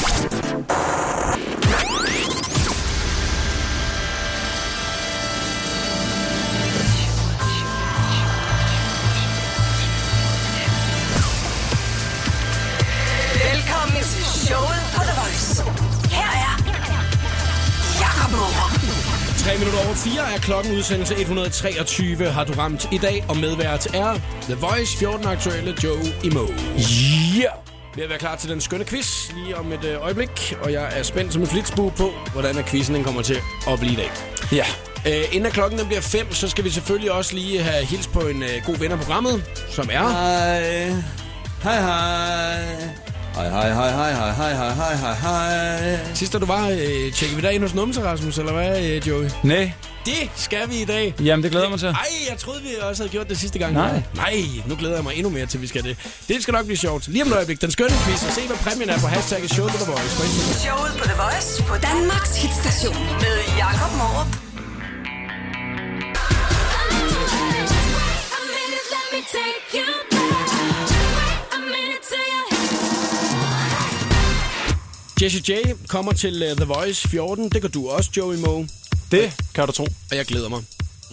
S3: Velkommen til showet på The Voice. Her er Jakob Morup.
S1: 3 minutter over 4 er klokken udsendelse 123 har du ramt i dag, og medvært er The Voice 14 aktuelle Joe Imo.
S2: Ja. Yeah.
S1: Vi er ved at klar til den skønne quiz lige om et øh, øjeblik, og jeg er spændt som en flitsbue på, hvordan er quizzen den kommer til at blive i dag.
S2: Ja.
S1: Øh, inden at klokken den bliver 5, så skal vi selvfølgelig også lige have hils på en øh, god ven af programmet, som er...
S5: Hej. Hej, hej. Hej, hej, hej, hej, hej, hej, hej, hej, hej, hej.
S1: Sidst da du var, øh, tjekkede vi dig ind hos Numse, Rasmus, eller hvad, øh, Joey?
S2: Nej.
S1: Det skal vi i dag.
S2: Jamen, det glæder jeg mig til.
S1: Ej, jeg troede, vi også havde gjort det sidste gang.
S2: Nej.
S1: Nej, nu glæder jeg mig endnu mere til, vi skal det. Det skal nok blive sjovt. Lige om et øjeblik, den skønne quiz, og se, hvad præmien er på hashtagget Show The Voice. på Instagram.
S3: Showet på The Voice på Danmarks hitstation med Jakob Morup.
S1: Jesse J kommer til øh, The Voice 14. Det gør du også, Joey Moe.
S2: Det kan du tro.
S1: Og jeg glæder mig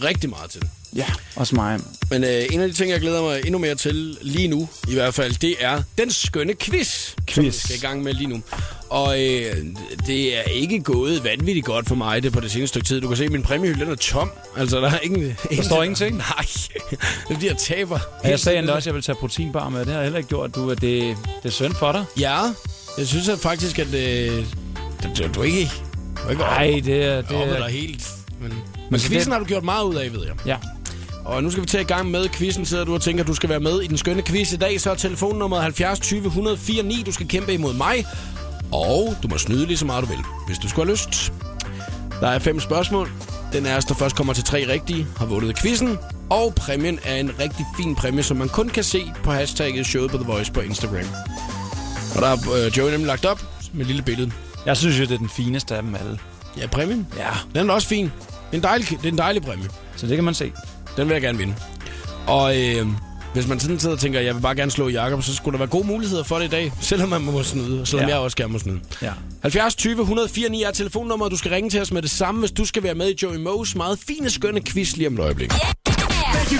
S1: rigtig meget til det.
S2: Ja, også mig.
S1: Men øh, en af de ting, jeg glæder mig endnu mere til lige nu, i hvert fald, det er den skønne quiz, som vi
S2: Quiz.
S1: skal i gang med lige nu. Og øh, det er ikke gået vanvittigt godt for mig det på det seneste stykke tid. Du kan se, at min præmiehylde den er tom. Altså, der er ingen... Der
S2: står ingenting?
S1: Nej, det er fordi, jeg taber.
S2: Og jeg sagde endda også, at jeg ville tage proteinbar med. Det har jeg heller ikke gjort. Du, at det, det er synd for dig.
S1: Ja, jeg synes at faktisk, at øh, du, du, du er ikke... Du er ikke
S2: Nej, det er...
S1: det er... dig
S2: Det,
S1: helt. Men, men
S2: Men så
S1: quizzen
S2: det-
S1: har du gjort meget ud af, ved jeg.
S2: ja.
S1: Og nu skal vi til i gang med quizzen. Sidder du og tænker, at du skal være med i den skønne quiz i dag, så er telefonnummeret 70 20 104 9. Du skal kæmpe imod mig. Og du må snyde lige så meget du vil, hvis du skulle have lyst. Der er fem spørgsmål. Den er, der først kommer til tre rigtige, har vundet quizzen. Og præmien er en rigtig fin præmie, som man kun kan se på hashtagget showet på The Voice på Instagram. Og der har øh, Joey nemlig lagt op med et lille billede.
S2: Jeg synes jo, det er den fineste af dem alle.
S1: Ja, præmien.
S2: Ja.
S1: Den er også fin. Det er en dejlig, det er en dejlig præmie.
S2: Så det kan man se.
S1: Den vil jeg gerne vinde. Og øh, hvis man sådan sidder og tænker, at jeg vil bare gerne slå Jakob, så skulle der være gode muligheder for det i dag, selvom man må snyde, og selvom ja.
S2: Ja.
S1: jeg også gerne må snyde.
S2: Ja.
S1: 70 20 104 9 er telefonnummeret, du skal ringe til os med det samme, hvis du skal være med i Joey Moes meget fine, skønne quiz lige om et øjeblik.
S11: The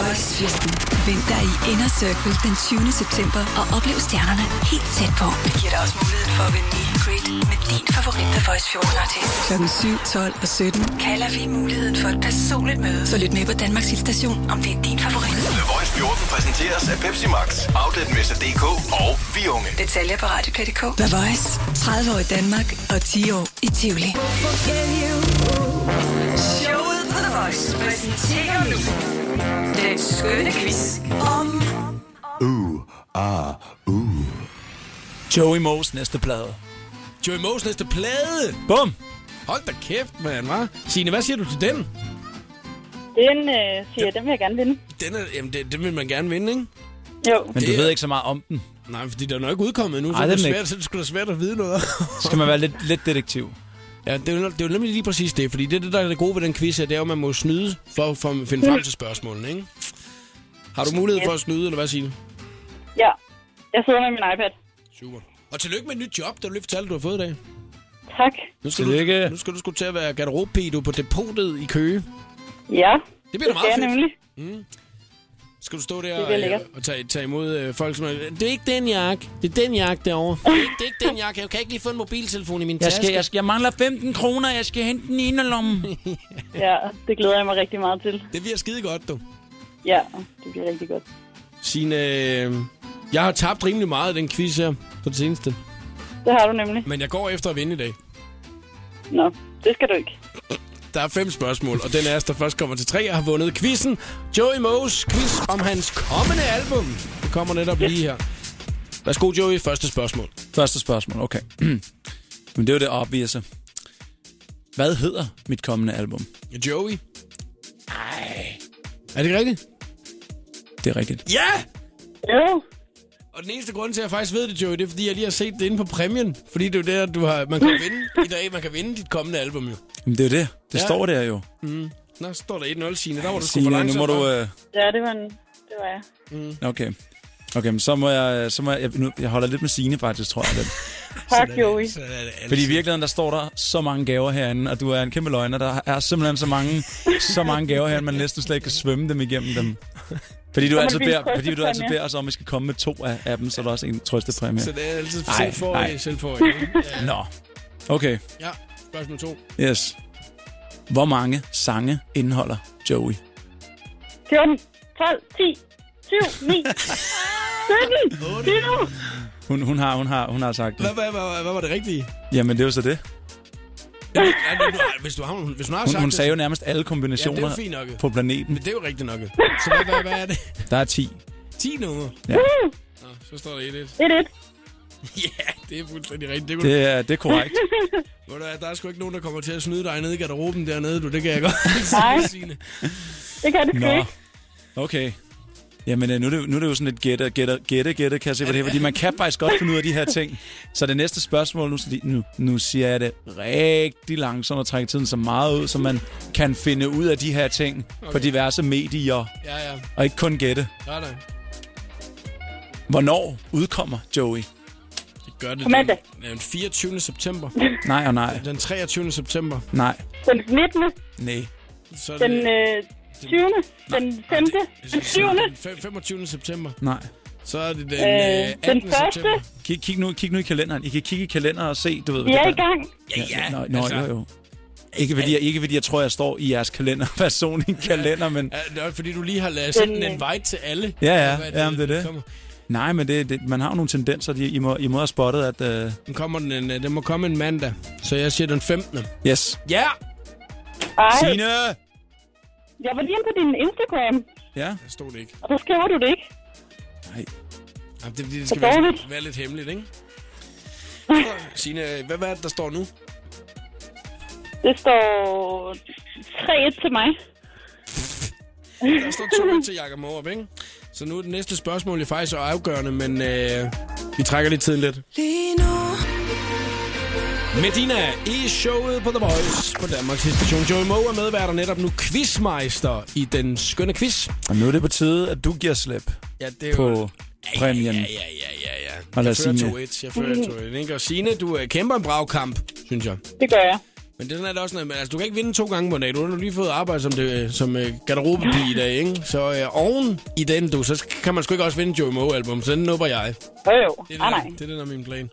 S11: Voice-festen. Vent dig i Inner Circle den 20. september og oplev stjernerne helt tæt på.
S3: Det giver dig også muligheden for at vinde meet and greet med din favorit The Voice 14 artist.
S11: Klokken 7, 12 og 17
S3: Kalder vi muligheden for et personligt møde,
S11: Så lyt med på Danmarks Hitstation.
S3: om det er din favorit.
S12: The Voice 14 præsenteres af Pepsi Max, Outletmester.dk og Vi Unge.
S3: Detaljer på radioplay.dk.
S11: The Voice. 30 år i Danmark og 10 år i Tivoli.
S3: Showet på The Voice præsenterer nu den skønne quiz om
S12: Uh, ah, uh.
S2: Joey Moes næste plade.
S1: Joey Moes næste plade!
S2: Bum!
S1: Hold da kæft, mand, hva'? Signe, hvad siger du til den?
S13: Den øh, siger jeg, den vil jeg gerne vinde.
S1: Den er, jamen, det, det vil man gerne vinde, ikke?
S13: Jo.
S2: Men du
S1: Det-
S2: ved ikke så meget om den.
S1: Nej, fordi den er jo ikke udkommet endnu, så
S2: Ej,
S1: det er
S2: den er
S1: svært,
S2: ikke.
S1: så det skulle da svært at vide noget.
S2: Så skal man være lidt, lidt detektiv.
S1: Ja, det er, jo, det er jo nemlig lige præcis det, fordi det, er det der er det gode ved den quiz her, det er jo, at man må snyde for, for at
S13: Mm.
S1: finde frem til spørgsmålene, ikke? Har du mulighed for at snyde, eller hvad siger du?
S13: Ja. Jeg sidder med min iPad.
S1: Super. Og tillykke med et nyt job, det har du lige fortalt, du har fået i dag.
S13: Tak.
S1: Nu skal,
S2: Tillykke.
S1: Du, nu skal du sgu til at være garderobepige, du er på depotet i Køge.
S13: Ja.
S1: Det bliver da
S13: skal
S1: meget
S13: jeg
S1: fedt. Mm.
S13: nemlig.
S1: Skal du stå der
S13: Det bliver
S1: og,
S13: lækkert.
S1: øh, og tage, tage imod øh, folk, som er, det er ikke den jakke, det er den jakke derovre. Det er ikke, det er ikke den jakke, jeg kan ikke lige få en mobiltelefon i min
S2: Jeg,
S1: taske.
S2: skal, jeg, skal, jeg mangler 15 kroner, jeg skal hente den i inderlommen.
S13: Ja, det glæder jeg mig rigtig meget til.
S1: Det bliver skide godt, du.
S13: Ja, det bliver rigtig godt.
S1: Signe, øh, jeg har tabt rimelig meget i den quiz her på det seneste.
S13: Det har du nemlig.
S1: Men jeg går efter at vinde i dag.
S13: Nå, det skal du ikke.
S1: Der er fem spørgsmål, og den er, der først kommer til tre, har vundet quizzen. Joey Moes quiz om hans kommende album. Det kommer netop lige her. Værsgo, Joey. Første spørgsmål.
S2: Første spørgsmål, okay. Men det er jo det obviouse. Hvad hedder mit kommende album?
S1: Joey? Nej. Er det rigtigt?
S2: Det er rigtigt.
S1: Ja!
S13: Jo.
S1: Og den eneste grund til, at jeg faktisk ved det, Joey, det er, fordi jeg lige har set det inde på præmien. Fordi det er jo der, du har, man kan vinde i dag. Man kan vinde dit kommende album, jo.
S2: Jamen, det er jo det. Det
S1: Ja.
S2: ja. står der jo.
S1: Mm. Nå, står der 1-0, Signe. Der var du sgu for
S2: Signe, nu
S1: langsom.
S2: må du...
S1: hva'?
S2: Øh,
S13: Ja, det var, en, det var jeg.
S2: okay. Okay, men så må jeg... øh, Så må jeg, jeg, nu, jeg holder lidt med Signe faktisk, tror jeg. Lidt.
S13: Tak, Joey.
S2: øh, Fordi i virkeligheden, der står der så mange gaver herinde, og du er en kæmpe løgner. Der er simpelthen så mange, så mange gaver herinde, man næsten slet ikke kan svømme dem igennem dem. Fordi du,
S13: Så må
S2: altid
S13: det blive
S2: beder,
S13: en trøstepræmie.
S2: fordi du altid beder os om, at vi skal komme med to af, af dem, så er der også en trøstepræmie.
S1: Så det er altid
S2: Ej,
S1: selv for,
S2: ej.
S1: selv for. ikke?
S2: Nå. Okay,
S1: Ja, spørgsmål 2.
S2: yes. Hvor mange sange indeholder Joey?
S13: 14, 12, 10, 7, 9, 17, 20.
S2: Hun, hun, har, hun, har, hun har sagt det.
S1: Hvad, hvad, hvad, hvad var det rigtige?
S2: Jamen, det er jo så det.
S1: Ja, men du- hvis, du har, hvis hun har
S2: Hun,
S1: sagt
S2: hun
S1: det,
S2: sagde jo nærmest alle
S1: Ja, det er
S2: kombinationer
S1: jo fint nok.
S2: på planeten.
S1: Men det er jo rigtigt nok. Så hvad, hvad, hvad er det?
S2: Der er 10.
S1: 10 numre?
S2: Ja.
S1: Nå, så står der 1-1.
S13: Det er det.
S1: ja, det er fuldstændig rigtigt. kunne
S2: Det
S1: du-
S2: er- det er korrekt.
S1: Ved du hvad, der er sgu ikke nogen, der kommer til at snyde dig nede i garderoben dernede, du. Det kan jeg godt
S13: Nej.
S1: sige, Signe.
S13: Det kan det sgu
S2: Nå,
S13: ikke.
S2: okay. Jamen, øh, nu er, det, jo- nu er det jo sådan lidt gætte, gætte, gætte, gætte, kan jeg se, hvad det er, fordi man kan faktisk godt finde ud af de her ting. Så det næste spørgsmål, nu, nu, nu siger jeg det rigtig langsomt og trækker tiden så meget ud, så man kan finde ud af de her ting okay. på
S1: Okay.
S2: diverse medier,
S1: Ja, ja.
S2: og ikke kun gætte.
S1: Ja, da.
S2: Hvornår udkommer Joey?
S1: Det gør det.
S13: På mandag.
S1: Den, den 24. september.
S2: Nej og nej.
S1: Den 23. september.
S2: Nej.
S13: Den 19.
S2: Nej.
S1: Så er
S13: Den
S1: det-
S13: øh, 20. Den 5. Den 7.
S1: Den fe- 25. september.
S2: Nej.
S1: Så er det den,
S13: Øh,
S1: øh, 18.
S13: den første.
S1: september.
S2: Kig, kig, nu, kig nu i kalenderen. I kan kigge i kalenderen og se, du ved,
S13: Vi
S2: hvad
S13: er
S2: det
S13: i gang.
S1: Ja, ja. altså.
S2: Nå, nå jo, jo. Ikke fordi, jeg, ikke fordi jeg tror, jeg står i jeres kalender, personlig kalender, men...
S1: Ja, det er fordi, du lige har lavet sendt en
S13: Den, øh,
S1: invite til alle.
S2: Ja,
S1: Hvad
S2: ja, ja men det er det.
S1: Kommer.
S2: Nej, men det, det, man har jo nogle tendenser, de, I, må, I må have spottet, at... Uh,
S1: Den, kommer den, en, øh, den må komme en mandag, så jeg siger den 15.
S2: yes.
S1: Ja!
S13: Ej,
S2: Signe!
S13: jeg var lige inde på din Instagram,
S2: Ja?
S1: Der stod det ikke.
S13: og så skriver du det ikke.
S1: Jamen, det, er fordi, det
S13: For
S1: skal være,
S13: dårligt.
S1: være lidt hemmeligt, ikke? Signe, hvad, hvad er det, der står nu?
S13: Det står 3-1 til mig.
S1: Der står 2 til Jakob Morup, ikke? Så nu er det næste spørgsmål jo faktisk afgørende, men øh, vi trækker lige tiden lidt.
S14: Lige nu.
S1: Medina i showet på The Voice på Danmarks Station. Joey Moe er medvært og netop nu quizmeister i den skønne quiz.
S2: Og nu er det på tide, at du giver slip
S1: Ja, det er jo-
S2: på præmien.
S1: Ja, ja, ja, ja, ja.
S2: Og lad
S1: Jeg fører
S2: Signe-
S1: 2-1. Jeg fører 2-1. Ikke? Og Signe, du øh, kæmper en brav kamp, synes jeg.
S13: Det gør jeg.
S1: Men det er sådan er det også, men altså, du kan ikke vinde to gange på en dag. Du har lige fået arbejde som, det, som øh, garderobepige i dag, ikke? Så øh, oven i den, du, så kan man sgu ikke også vinde Joey Moe-album, så den nupper jeg.
S13: Jo, jo.
S1: Det er
S13: Ah,
S1: det,
S13: nej.
S1: der, det er det, der er min plan.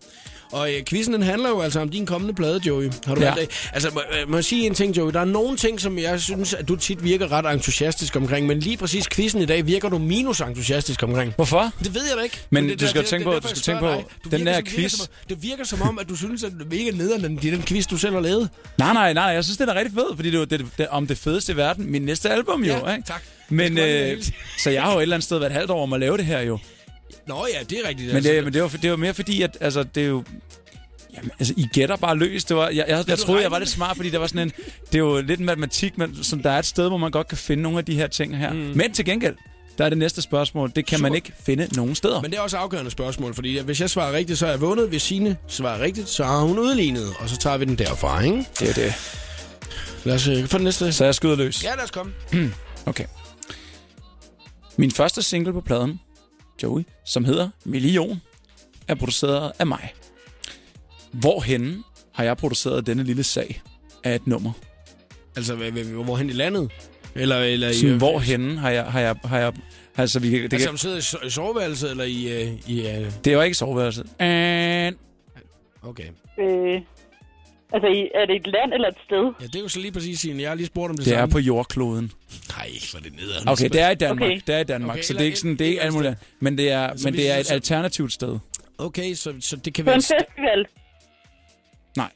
S1: Og øh, quizzen, den handler jo altså om din kommende plade, Joey. Har du
S2: Ja.
S1: ja. det? Altså, må, øh, må jeg sige en ting, Joey? Der er nogle ting, som jeg synes, at du tit virker ret entusiastisk omkring, men lige præcis quizzen i dag virker du minus entusiastisk omkring.
S2: Hvorfor?
S1: Det ved jeg da ikke.
S2: Men
S1: det er
S2: du skal
S1: der- det-
S2: tænke
S1: det er
S2: på- du
S1: derfor, jeg
S2: skal tænke
S1: spørger
S2: på,
S1: dig. Du
S2: den
S1: virker
S2: der
S1: som- virker
S2: quiz-
S1: som om- Det virker som om, at du synes, at det virker nederen, den, den quiz, du selv har lavet.
S2: Nej, nej, nej, jeg synes, det er da rigtig fedt, fordi det er jo det, det, om det fedeste i verden. Min næste album jo,
S1: Ja,
S2: ikke?
S1: tak.
S2: Men,
S1: Det skal man
S2: øh,
S1: helst.
S2: så jeg har jo et eller andet sted været et halvt år om at lave det her jo.
S1: Nå ja, det er rigtigt. Altså,
S2: Men det, men det, var, det var mere fordi, at altså, det er jo... Jamen, altså, I gætter bare løs. Det var, jeg, jeg, jeg
S1: du
S2: troede, jeg
S1: regne
S2: var
S1: med?
S2: lidt smart, fordi der var sådan en... Det er jo lidt matematik, men som der er et sted, hvor man godt kan finde nogle af de her ting her. Mm. Men til gengæld, der er det næste spørgsmål. Det kan Super. man ikke finde nogen steder.
S1: Men det er også et afgørende spørgsmål, fordi hvis jeg svarer rigtigt, så har jeg vundet. Hvis Signe svarer rigtigt, så har hun udlignet, og så tager vi den derfra, ikke?
S2: Det er det.
S1: Lad os øh, få den næste.
S2: Så jeg skyder løs.
S1: Ja, lad os komme.
S2: Okay. Min første single på pladen, Joey, som hedder Million, er produceret af mig. Hvorhenne har jeg produceret denne lille sag af et nummer?
S1: Altså, hvad- hvad- hvorhen i landet? Eller, eller
S2: Sådan,
S1: i,
S2: hvorhenne har jeg... Har jeg, har jeg altså, vi, kan- det,
S1: Det altså,
S2: kan,
S1: om sidder i so- i soveværelset, eller i... øh, i øh,
S2: det var ikke soveværelset. And...
S1: okay.
S13: Øh, altså, i- er det et land eller et sted?
S1: Ja, det er jo så lige præcis, Signe. Jeg har lige spurgt om det,
S2: Det er
S1: samme.
S2: på jordkloden.
S1: Nej, hvor er det nederen.
S2: Okay, det er i Danmark.
S1: Okay.
S2: Okay. Det er i Danmark,
S1: Okay,
S2: okay, så det
S1: eller
S2: er ikke sådan, det er ikke alt muligt. andet. Men det er, men
S1: vi
S2: det er
S1: siger
S2: et
S1: så-
S2: alternativt sted.
S1: Okay, så, så det
S13: På
S1: kan være...
S13: en
S1: en sta-
S13: festival.
S2: Nej.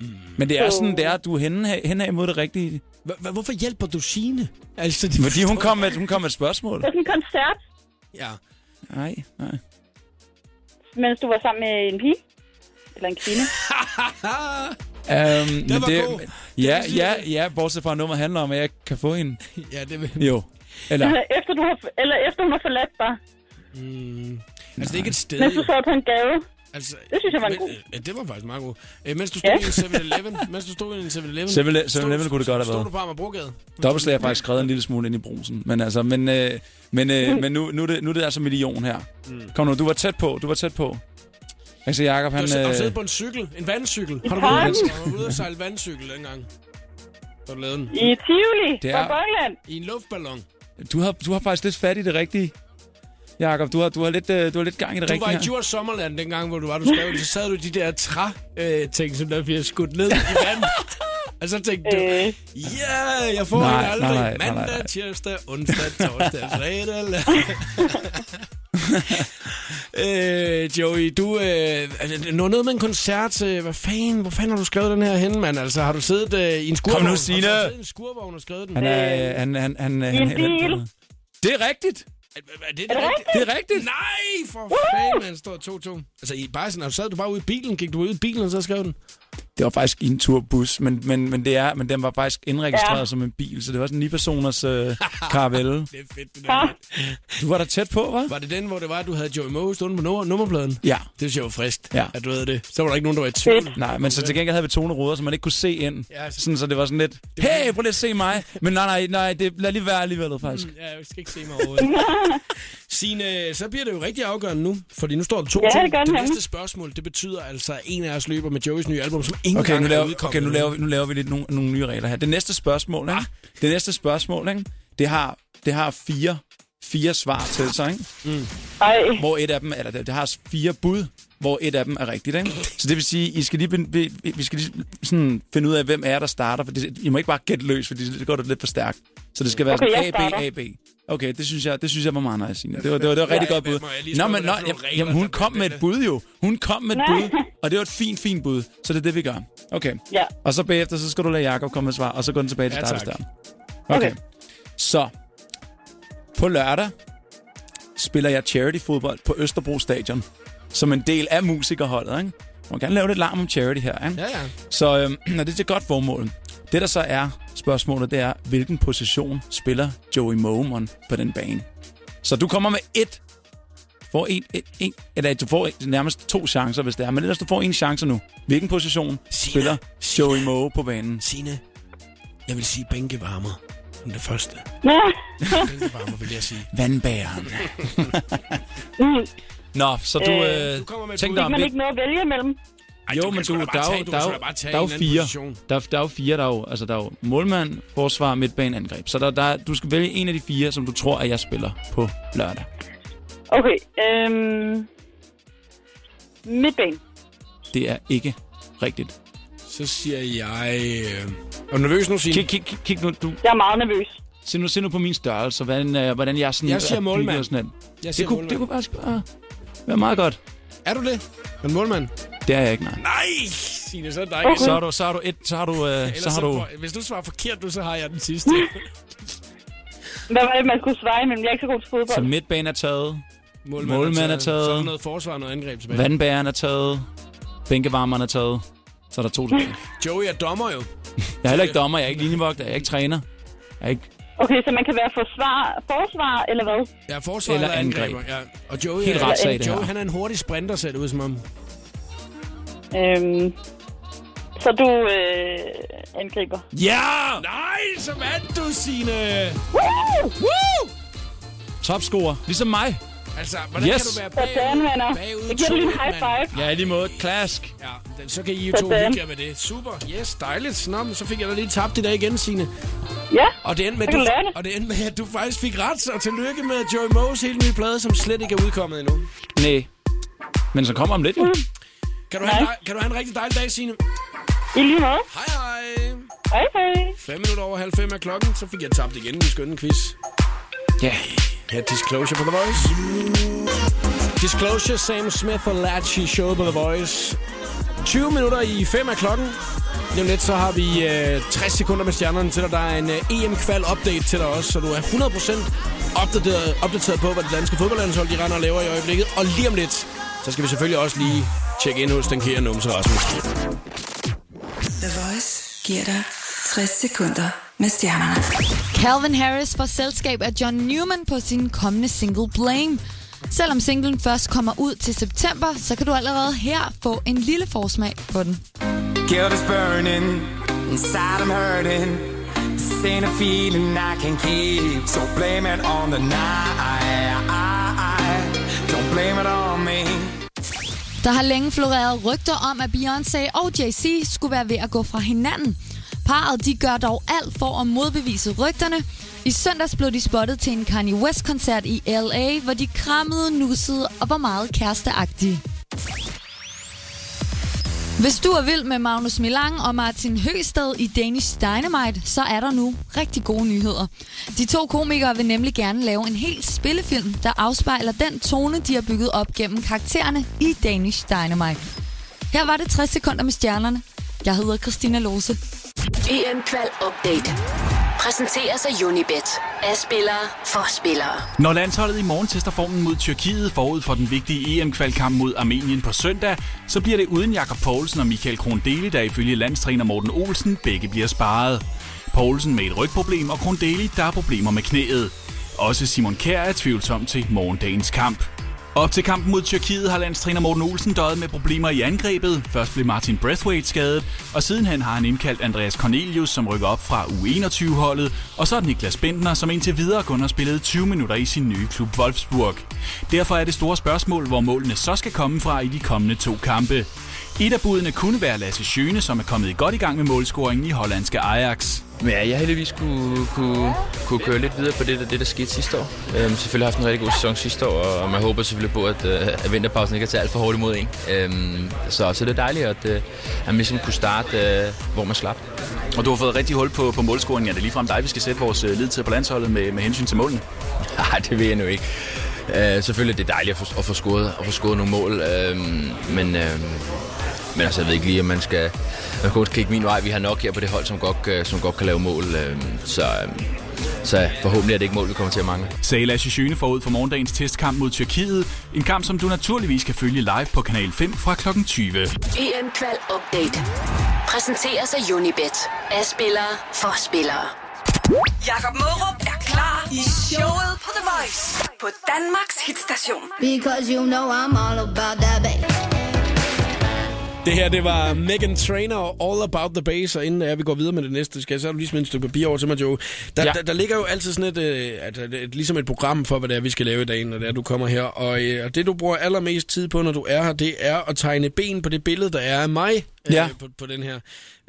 S1: Mm.
S2: Men det er sådan, det er, du er henne, henne imod det rigtige.
S1: Hva- hva- Hvorfor hjælper du Signe? Altså, det
S2: Fordi hun kom med, hun kom med et spørgsmål.
S13: Det er sådan en koncert,
S1: Ja.
S2: Nej, nej.
S13: mens du var sammen med en pige. Eller en kvinde.
S2: Um, men
S1: var
S2: det,
S1: god.
S2: ja,
S1: vil sige,
S2: ja, ja, bortset fra at nummeret handler om, at jeg kan få hende.
S1: ja, det vil...
S2: Jo. Eller,
S13: Eller efter, du har, eller efter hun har forladt dig.
S1: Mm, altså, det er ikke et sted...
S13: Mens du
S1: jo.
S13: sad på en gave.
S1: Altså,
S13: Det synes jeg var en
S1: men-
S13: god.
S1: Ja, det var faktisk meget god. Æ, mens du stod
S13: Ja.
S1: i en 7-Eleven, mens du stod i en 7-Eleven...
S2: 7-Eleven
S1: stod-
S2: 7-Eleven kunne det godt have
S1: Stod
S2: været.
S1: du på Amagerbrogade?
S2: Dobbeltslag har faktisk skrevet en lille smule ind i brusen. Men, altså, men, øh, men, øh, men nu, nu, er det, nu er det altså million her. Kom nu, du var tæt på, du var tæt på. Altså Jacob, han...
S1: Han, Mm. du har
S2: Øh,
S1: siddet på en cykel, en vandcykel.
S13: I
S1: Har du
S13: parken.
S1: været har du været ude og sejle vandcykel dengang? Har du lavet den?
S13: I Tivoli.
S2: Det
S13: På
S2: er-
S13: Borgland.
S1: I en luftballon.
S2: du, har, du har faktisk lidt fat i det rigtige, Jacob. Du har, du har, lidt, øh, du har lidt gang i det
S1: Du
S2: rigtige
S1: var i
S2: her.
S1: Djurs Sommerland dengang, hvor du var, du skrev det, så sad du i de der træ-ting, som der bliver skudt ned i vand. Og så tænkte du, ja,
S13: Øh.
S1: yeah, jeg får
S2: Nej,
S1: nej, aldrig
S2: nej, nej, nej, nej.
S1: mandag, tirsdag, onsdag, torsdag, fredag. øh, Joey, du øh, altså, nå noget med en koncert. Øh, hvad fanden, hvor fanden har du skrevet den her hen, mand? Altså, har du siddet øh, i en skurvogn?
S2: Kom nu,
S1: Har
S2: Signe!
S1: du siddet i en skurvogn og skrevet den?
S2: Han er... øh, Han, han, han, han,
S13: en
S2: han, han,
S13: bil.
S2: han, det er rigtigt.
S1: Er, er det,
S13: Er det rigtigt?
S1: Det er rigtigt. Nej, for fanden, man står 2-2. Altså, i bare sådan, sad du bare ude i bilen, gik du ud i bilen, og så skrev den.
S2: Det var faktisk i en turbus, men, men, men, det er, men den var faktisk indregistreret
S1: Ja.
S2: ja. som en bil, så det var sådan en ni-personers øh, karavelle.
S1: Det er fedt, det der.
S2: Du var da tæt på, hva'?
S1: Var det den, hvor det var, at du havde Joey Moe stående på nummer- nummerpladen?
S2: Ja.
S1: Det synes jeg var frist,
S2: Ja.
S1: at du havde det. Så var der ikke nogen, der var i tvivl.
S2: Nej, men så til gengæld havde vi tone ruder, så man ikke kunne se ind.
S1: Ja.
S2: Sådan, så det var sådan lidt, hey, prøv lige at se mig. Men nej, nej, nej, det lad lige være alligevel, faktisk.
S1: Ja, jeg skal ikke se mig overhovedet. Signe, så bliver det jo rigtig afgørende nu, fordi nu står det 2-2.
S13: Ja, det gør den nemlig.
S1: næste spørgsmål, det betyder altså, at en af os løber med Joeys nye album, som ingen
S2: Okay,
S1: gang
S2: nu
S1: er
S2: laver,
S1: udkommet
S2: okay, nu
S1: endnu. Ah.
S2: laver, vi, nu laver vi lidt nogle, nogle nye regler her. Det næste spørgsmål, ikke? Det næste spørgsmål, ikke? Det har, det har fire, fire svar til sig, ikke?
S13: Mm.
S2: Hvor et af dem, eller det, det har fire bud, hvor et af dem er rigtigt, ikke? Så det vil sige, I skal lige, ben- vi, vi- vi skal lige sådan finde ud af, hvem er der starter, for det, I må ikke bare gætte løs, for det går det lidt for stærkt. Så det skal være
S1: Okay,
S2: sådan
S1: jeg
S2: A, B,
S1: starter.
S2: A, B. Okay, det synes jeg, det synes jeg var meget nice, Signe. Det var, det var, det var et rigtig
S1: Ja,
S2: godt bud.
S1: men må jeg lige
S2: Nå,
S1: spørge,
S2: men
S1: hvad
S2: nå,
S1: det er for nogle
S2: jamen, hun kom med et bud jo. Hun kom med et
S1: Nej.
S2: bud, og det var et fint, fint bud. Så det er det, vi gør. Okay.
S13: Ja.
S2: Og så bagefter, så skal du lade Jacob komme med svar, og så går den tilbage til
S1: Ja,
S2: dig,
S1: tak.
S2: hvis der. Okay. okay. Så, på lørdag spiller jeg charity-fodbold på Østerbro Stadion, som en del af musikerholdet, ikke? Man kan gerne lave lidt larm om charity her, ikke?
S1: Ja, ja.
S2: Så øhm, og det er til godt formål. Det, der så er spørgsmålet, det er, hvilken position spiller Joey Momon på den bane? Så du kommer med et får en, en, en, eller du får nærmest to chancer, hvis det er. Men ellers du får en chance nu. Hvilken position Sina. spiller Joey Moe på banen?
S1: Sine, jeg vil sige bænkevarmer. Som det første. Bænkevarmer, vil jeg sige.
S2: Vandbæren. Nå, så du, øh, tænk dig om
S13: man
S2: lidt.
S13: ikke noget at vælge imellem.
S1: Ej,
S2: jo,
S1: du kan
S2: men
S1: sgu
S2: du,
S1: da
S2: der,
S1: bare
S2: er
S1: tage-
S2: jo,
S1: du kan
S2: der, er
S1: sgu da
S2: jo,
S1: bare tage
S2: der er
S1: en
S2: jo
S1: anden
S2: fire.
S1: position.
S2: Der er, der er jo fire, der er jo, altså, der er jo målmand, forsvar, midtbane, angreb. Så der, der, er- du skal vælge en af de fire, som du tror, at jeg spiller på lørdag.
S13: Okay, øhm... Midtbane.
S2: Det er ikke rigtigt.
S1: Så siger jeg... Øh... Er du nervøs nu, Signe?
S2: Kig, kig, kig, kig nu, du...
S13: Jeg er meget nervøs.
S2: Se nu, se nu på min størrelse, hvordan, øh, hvordan jeg sådan...
S1: Jeg siger
S2: er bygget
S1: målmand.
S2: og Sådan, noget.
S1: Jeg
S2: det,
S1: siger
S2: kunne,
S1: målmand.
S2: det kunne faktisk bare være meget godt.
S1: Er du det? Men målmand?
S2: Det er jeg ikke, nej.
S1: Nej, Signe, så er det dig.
S2: Så har du, så har du et, så har du, øh,
S1: Ellers
S2: så har du...
S1: får- Hvis du svarer forkert, du, så har jeg den sidste.
S13: Hvad var det, man skulle svare imellem? Jeg er ikke så god til fodbold.
S2: Så midtbanen er taget,
S1: Målmand,
S2: Målmand er
S1: Så er der
S2: taget.
S1: noget forsvar og noget angreb tilbage.
S2: vandbæren er taget, bænkevarmeren er taget. Så er der to tilbage.
S1: Joey er dommer jo.
S2: Jeg er heller ikke dommer, jeg er ikke linjevogter, jeg er ikke træner. Jeg er ikke
S13: Okay, så man kan være forsvar, forsvar eller hvad?
S1: Ja, forsvar
S2: Eller
S1: eller, angriber.
S2: angreb.
S1: Ja. Og Joey,
S2: Helt
S1: er,
S2: ret sag, det
S1: Joey
S2: her.
S1: han er en hurtig sprinter, ser det ud som om.
S13: Øhm, så du øh, angriber.
S2: Ja!
S1: Nej, så vandt du, Signe!
S13: Woo!
S1: Woo!
S2: topscorer, ligesom mig.
S1: Altså, hvordan
S2: Yes.
S1: kan du være
S13: Sådan,
S1: bagud?
S13: venner.
S1: bagud
S13: Jeg giver dig lige en
S1: to,
S13: high
S1: mand?
S13: five.
S2: Jeg er lige måde klask.
S1: Ja, den- så kan I jo to
S13: Sådan.
S1: hygge jer med det. Super, yes, dejligt. Nå, men så fik jeg da lige tabt det der igen, Signe.
S13: Ja,
S1: Og det endte med,
S13: så
S1: at
S13: kan du
S1: du,
S13: lære det.
S1: og det endte med, at du faktisk fik ret, så tillykke med Joey Moes helt nye plade, som slet ikke er udkommet endnu.
S2: Nej. Men så kommer om lidt, jo.
S1: Kan du, have, en dej- kan du have en rigtig dejlig dag, Signe?
S13: I lige måde.
S1: Hej, hej.
S13: Hej, hej.
S1: 5 minutter over halv fem er klokken, så fik jeg tabt igen i en skønne quiz.
S2: Ja.
S1: Her er Disclosure på The Voice. Disclosure, Sam Smith og Latchy Show på The Voice. 20 minutter i 5 af klokken. Lige om lidt, så har vi øh, 60 sekunder med stjernerne til dig. Der er en øh, EM-kval-update til dig også, så du er 100% opdateret, opdateret på, hvad det danske fodboldlandshold de render og laver i øjeblikket. Og lige om lidt, så skal vi selvfølgelig også lige tjekke ind hos den kære numse Rasmus.
S11: The Voice giver dig 60 sekunder med stjernerne.
S6: Calvin Harris får selskab af John Newman på sin kommende single Blame. Selvom singlen først kommer ud til september, så kan du allerede her få en lille forsmag på den.
S7: Guilt is burning, inside I'm hurting. This ain't a feeling I can keep, so blame it on the night. Don't blame it on me.
S6: Der har længe floreret rygter om, at Beyoncé og Jay-Z skulle være ved at gå fra hinanden. Parret de gør dog alt for at modbevise rygterne. I søndags blev de spottet til en Kanye West-koncert i L.A., hvor de krammede, nussede og var meget kæresteagtige. Hvis du er vild med Magnus Milang og Martin Høsted i Danish Dynamite, så er der nu rigtig gode nyheder. De to komikere vil nemlig gerne lave en hel spillefilm, der afspejler den tone, de har bygget op gennem karaktererne i Danish Dynamite. Her var det 60 sekunder med stjernerne. Jeg hedder Christina Lose.
S8: EM Kval E Update. Præsenteres af Unibet. Af spillere for spillere.
S9: Når landsholdet i morgen tester formen mod Tyrkiet forud for den vigtige EM-kvalkamp mod Armenien på søndag, så bliver det uden Jakob Poulsen og Michael Krondele, der ifølge landstræner Morten Olsen begge bliver sparet. Poulsen med et rygproblem og Krondele, der har problemer med knæet. Også Simon Kjær er tvivlsom til morgendagens kamp. Op til kampen mod Tyrkiet har landstræner Morten Olsen døjet med problemer i angrebet. Først blev Martin Braithwaite skadet, og sidenhen har han indkaldt Andreas Cornelius, som rykker op fra U21-holdet, og så Niklas Bentner, som indtil videre kun har spillet 20 minutter i sin nye klub Wolfsburg. Derfor er det store spørgsmål, hvor målene så skal komme fra i de kommende to kampe. Et af budene kunne være Lasse Schøne, som er kommet godt i gang med målscoringen i hollandske Ajax.
S10: Men ja, jeg heldigvis kunne, kunne, kunne køre lidt videre på det, der- det der skete sidste år. Øhm, selvfølgelig har jeg haft en rigtig god sæson sidste år, og man håber selvfølgelig på, at, øh, at vinterpausen ikke er taget alt for hårdt imod en. Øhm, så, så det er dejligt, at, øh, at man ligesom kunne starte, øh, hvor man slap.
S9: Og du har fået rigtig hul på, på målscoringen. Er det ligefrem dig, vi skal sætte vores øh, lid til på landsholdet med, med hensyn til målene?
S10: Nej, det ved jeg nu ikke. Øh, selvfølgelig er det dejligt at få, at få, scoret, at få scoret nogle mål, øh, men, øh, men altså, jeg ved ikke lige, om man skal, man skal kigge min vej. Vi har nok her på det hold, som godt, øh, som godt kan lave mål, øh, så, øh, så forhåbentlig er det ikke mål, vi kommer til at mangle.
S9: Sagde Lasse Schøne forud for morgendagens testkamp mod Tyrkiet. En kamp, som du naturligvis kan følge live på Kanal 5 fra kl. 20.
S8: EM E Kval Update. Præsenteres af Unibet. Af spillere for spillere.
S3: Jakob Mørup er klar i showet på The Voice på Danmarks hitstation.
S14: Because you know I'm all about that bass.
S1: Det her, det var Megan Trainer og All About The Bass, og inden at vi går videre med det næste, skal jeg så har du lige smide et stykke papir over til mig, Joe. Der, ja. der, der ligger jo altid sådan et, øh, at, at, et, ligesom et program for, hvad det er, vi skal lave i dag, når det er, du kommer her. Og, øh, og det, du bruger allermest tid på, når du er her, det er at tegne ben på det billede, der er af mig øh,
S2: Ja.
S1: på, på den her.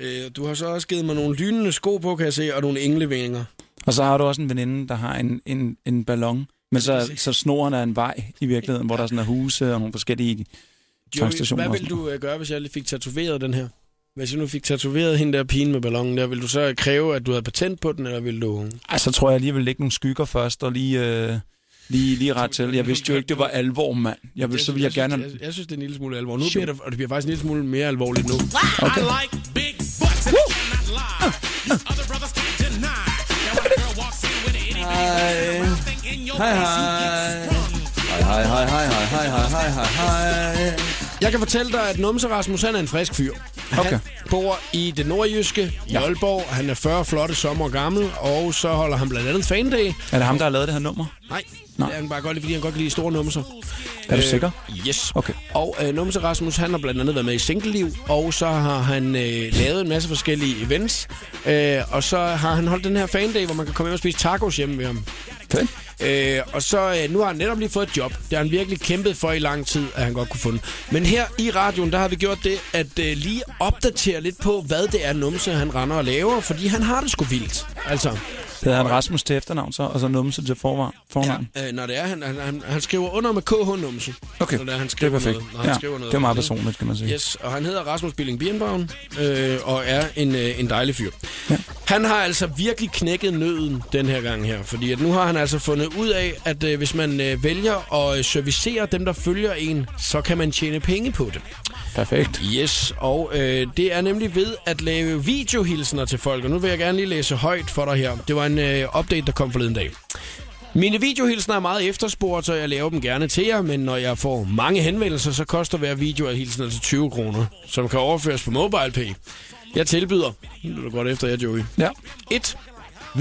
S1: Øh, du har så også givet mig nogle lynende sko på, kan jeg se, og nogle englevinger.
S2: Og så har du også en veninde, der har en, en, en ballon. Men så, så snoren er en vej i virkeligheden, hvor der sådan er huse og nogle forskellige
S1: Joey,
S2: tankstationer.
S1: hvad
S2: og
S1: ville
S2: sådan
S1: du øh, gøre, hvis jeg lige fik tatoveret den her? Hvis jeg nu fik tatoveret hende der pigen med ballonen der, vil du så kræve, at du havde patent på den, eller vil du...
S2: noget. Ej, så tror jeg alligevel vil lægge nogle skygger først og lige, øh, lige, lige ret til. Jeg vidste jo ikke, det var alvor, mand. Jeg vil, så vil jeg gerne...
S1: Jeg, jeg synes, det er en lille smule alvor. Nu bliver det, og det bliver faktisk en lille smule mere alvorligt nu.
S2: Okay.
S5: Hej. Hej, hej. Hej, hej, hej, hej, hej, hej, hej, hej, hej.
S1: Jeg kan fortælle dig, at Numse Rasmus han er en frisk fyr. Han okay. bor i det nordjyske, i Aalborg. Han er 40 flotte sommer gammel, og så holder han blandt andet fandag.
S2: Er det ham, der har lavet det her nummer?
S1: Nej, Nej. det er han bare godt lide, fordi han godt kan lide store numser. Øh,
S2: Er du sikker?
S1: Yes.
S2: Okay.
S1: Og øh, Numse Rasmus, han har blandt andet været med i Singleliv, og så har han øh, lavet en masse forskellige events. Øh, og så har han holdt den her fandag, hvor man kan komme hjem og spise tacos hjemme ved ham. Øh, og så øh, nu har han netop lige fået et job. Det har han virkelig kæmpet for i lang tid, at han godt kunne få den. Men her i radioen, der har vi gjort det, at øh, lige opdatere lidt på, hvad det er Numse, han render og laver, fordi han har det sgu vildt. Altså,
S2: Det hedder han Rasmus til efternavn, så, og så Numse til forvar, fornavn.
S1: øh, når det er, han, han, han, han skriver under med KH Numse.
S2: Okay,
S1: når det er, han
S2: det er
S1: skriver
S2: perfekt.
S1: Noget, når han
S2: Ja,
S1: skriver noget
S2: det er meget
S1: om
S2: personligt, kan man sige.
S1: Yes, og han hedder Rasmus Billing Birnbaum, øh, og er en, øh, en dejlig fyr. Ja. Han har altså virkelig knækket nøden den her gang her, fordi at nu har han altså fundet ud af, at øh, hvis man øh, vælger at øh, servicere dem, der følger en, så kan man tjene penge på det.
S2: Perfekt.
S1: Yes, og øh, det er nemlig ved at lave videohilsener til folk, og nu vil jeg gerne lige læse højt for dig her. Det var en øh, update, der kom forleden dag. Mine videohilsener er meget efterspurgt, så jeg laver dem gerne til jer, men når jeg får mange henvendelser, så koster hver video af hilsen altså 20 kroner, som kan overføres på MobilePay. Jeg tilbyder, nu lytter du godt efter jer, Joey.
S2: Ja.
S1: 1.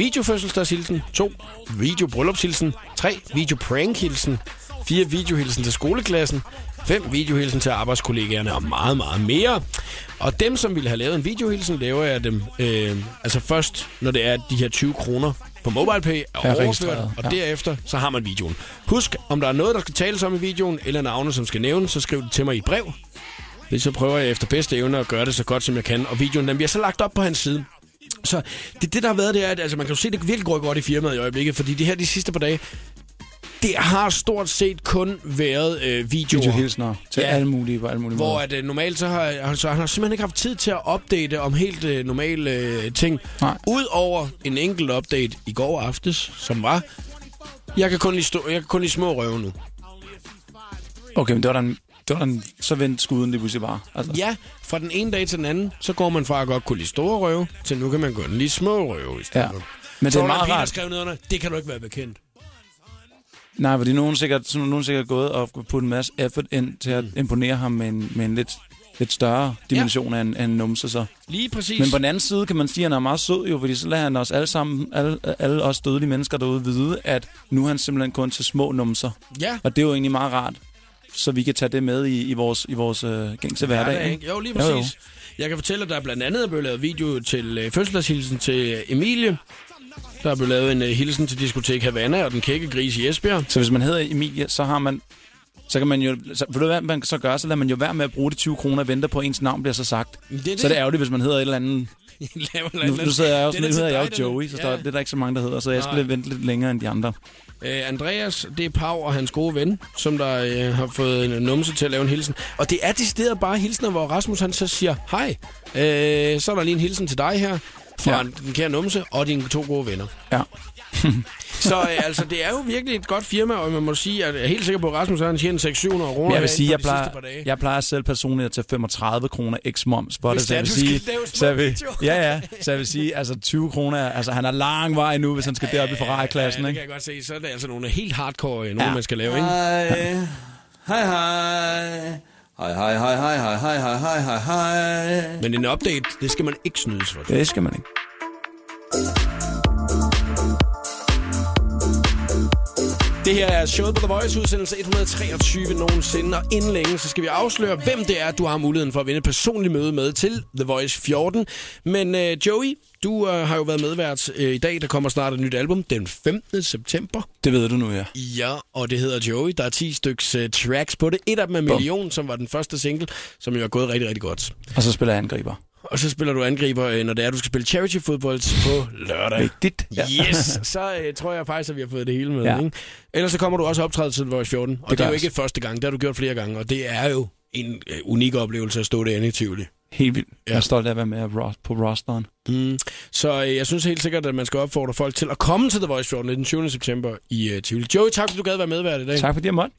S1: Videofødselsdagshilsen. 2. Videobryllupshilsen. 3. Videoprankhilsen. 4. Videohilsen til skoleklassen. 5. Videohilsen til arbejdskollegaerne og meget, meget mere. Og dem, som ville have lavet en videohilsen, laver jeg dem øh, altså først, når det er at de her 20 kroner på MobilePay er
S2: Er
S1: overført,
S2: registreret,
S1: og
S2: ja.
S1: derefter så har man videoen. Husk, om der er noget, der skal tales om i videoen, eller navne, som skal nævnes, så skriv det til mig i et brev. Det så prøver jeg efter bedste evne at gøre det så godt, som jeg kan, og videoen den bliver så lagt op på hans side. Så det, det der har været, det er, at altså, man kan jo se, at det virkelig går godt i firmaet i øjeblikket, fordi det her de sidste par dage, det har stort set kun været øh, videoer.
S2: Videohilsner til
S1: Ja.
S2: ja. alle mulige, på alle mulige
S1: Hvor
S2: måder.
S1: at, øh, normalt så har altså, han har simpelthen ikke haft tid til at opdate om helt øh, normale øh, ting. Nej. Udover en enkelt update i går aftes, som var, jeg kan kun lige, stå, jeg kan kun lige små røve nu.
S2: Okay, men det var da en, det var da en, så vendte skuden lige pludselig bare. Altså,
S1: Ja, fra den ene dag til den anden, så går man fra at godt kunne lide store røve, til nu kan man godt lide små røve i stedet. Ja.
S2: Men
S1: så
S2: det er
S1: var der en
S2: meget
S1: pige, der
S2: rart.
S1: skrev ned under, det kan du ikke være bekendt.
S2: Nej, fordi nogen sikkert, sådan, nogen sikkert gået og puttet en masse effort ind til at
S1: Mm.
S2: imponere ham med en, med en lidt, lidt større dimension ja. af, en, af en numse så.
S1: Lige præcis.
S2: Men på den anden side kan man sige, at han er meget sød jo, fordi så lader han os alle sammen, alle, alle os dødelige mennesker derude vide, at nu er han simpelthen kun til små numser.
S1: Ja.
S2: Og det er jo egentlig meget rart, så vi kan tage det med i, i vores, i vores øh, gængse hverdag.
S1: Hverdag, ikke? Jo, lige præcis. Jo, jo. Jeg kan fortælle, at der blandt andet er blevet lavet video til øh, fødselsdagshilsen til øh, Emilie. Der er blevet lavet en øh, hilsen til diskotek Havana og den kække gris i Esbjerg.
S2: Så hvis man hedder Emilie, så har man... Så kan man jo... Så, ved du hvad man så gør? Så lader man jo være med at bruge de 20 kroner og vente på, at ens navn bliver så sagt.
S1: Men det er det.
S2: Så er det ærgerligt, hvis man hedder et eller andet...
S1: Laver eller
S2: Nu,
S1: andet.
S2: nu sidder jeg jo
S1: Den
S2: sådan,
S1: er
S2: nu
S1: til
S2: hedder jeg
S1: dig,
S2: jo
S1: den.
S2: Joey, så der,
S1: Ja.
S2: det er der ikke så mange, der hedder, så jeg skal
S1: Nej.
S2: lidt vente lidt længere end de andre.
S1: Øh, Andreas, det er Pau og hans gode ven, som der øh, har fået en numse til at lave en hilsen. Og det er decideret bare hilsener, hvor Rasmus han så siger, hej, øh, så er der lige en hilsen til dig her, fra ja. den kære numse og dine to gode venner.
S2: Ja.
S1: så øh, altså, det er jo virkelig et godt firma, og man må sige, at jeg er helt sikker på, at Rasmus han tjener 600 kroner
S2: Men jeg vil
S1: herinde
S2: sige,
S1: for
S2: jeg
S1: de sidste par
S2: plejer,
S1: dage.
S2: jeg plejer selv personligt at tage 35 kroner x moms på det,
S1: Hvis det
S2: så
S1: er,
S2: jeg vil
S1: du skal
S2: sige,
S1: lave små
S2: så jeg vil,
S1: videoer.
S2: ja, ja, så jeg vil sige, altså 20 kroner, er- altså han har lang vej nu, hvis han skal deroppe i Ferrari-klassen,
S1: Ja, det
S2: ikke?
S1: kan jeg godt se. Så er det altså nogle helt hardcore, øh, nogle
S2: Ja.
S1: ja. man skal lave, ikke?
S5: Hej. Hej, hej.
S1: Hej, hej, hej, hej, hej, hej, hej, hej, hej, hej. Men en update, det skal man ikke snydes for.
S2: Det skal man ikke.
S1: Det her er showet på The Voice, udsendelse 123 nogensinde, og inden længe, så skal vi afsløre, hvem det er, du har muligheden for at vinde et personligt møde med til The Voice 14. Men øh, Joey, du øh, har jo været medvært øh, i dag, der kommer snart et nyt album den 15. september.
S2: Det ved du nu, ja.
S1: Ja, og det hedder Joey. Der er 10 styks øh, tracks på det. Et af dem er Million, som var den første single, som jo er gået rigtig, rigtig godt.
S2: Og så spiller jeg angriber.
S1: Og så spiller du angriber, øh, når det er, du skal spille charity-fodbold på lørdag.
S2: Vigtigt.
S1: Ja. Yes, så øh, tror jeg faktisk, at vi har fået det hele med.
S2: Ja.
S1: Ja. Ikke? Ellers så kommer du også optræde til Voice 14, og
S2: Det
S1: det,
S2: gør
S1: det er jo
S2: jeg
S1: ikke første gang, det har du gjort flere gange, og det er jo en øh, unik oplevelse at stå derinde i Tivoli.
S2: Helt vildt. Ja. Jeg er stolt af at være med ro- på rosteren.
S1: Mm. Så øh, jeg synes helt sikkert, at man skal opfordre folk til at komme til The Voice 14 den 20. september i øh, Tivoli. Joey, tak fordi du gad være medvært i dag.
S2: Tak fordi jeg måtte.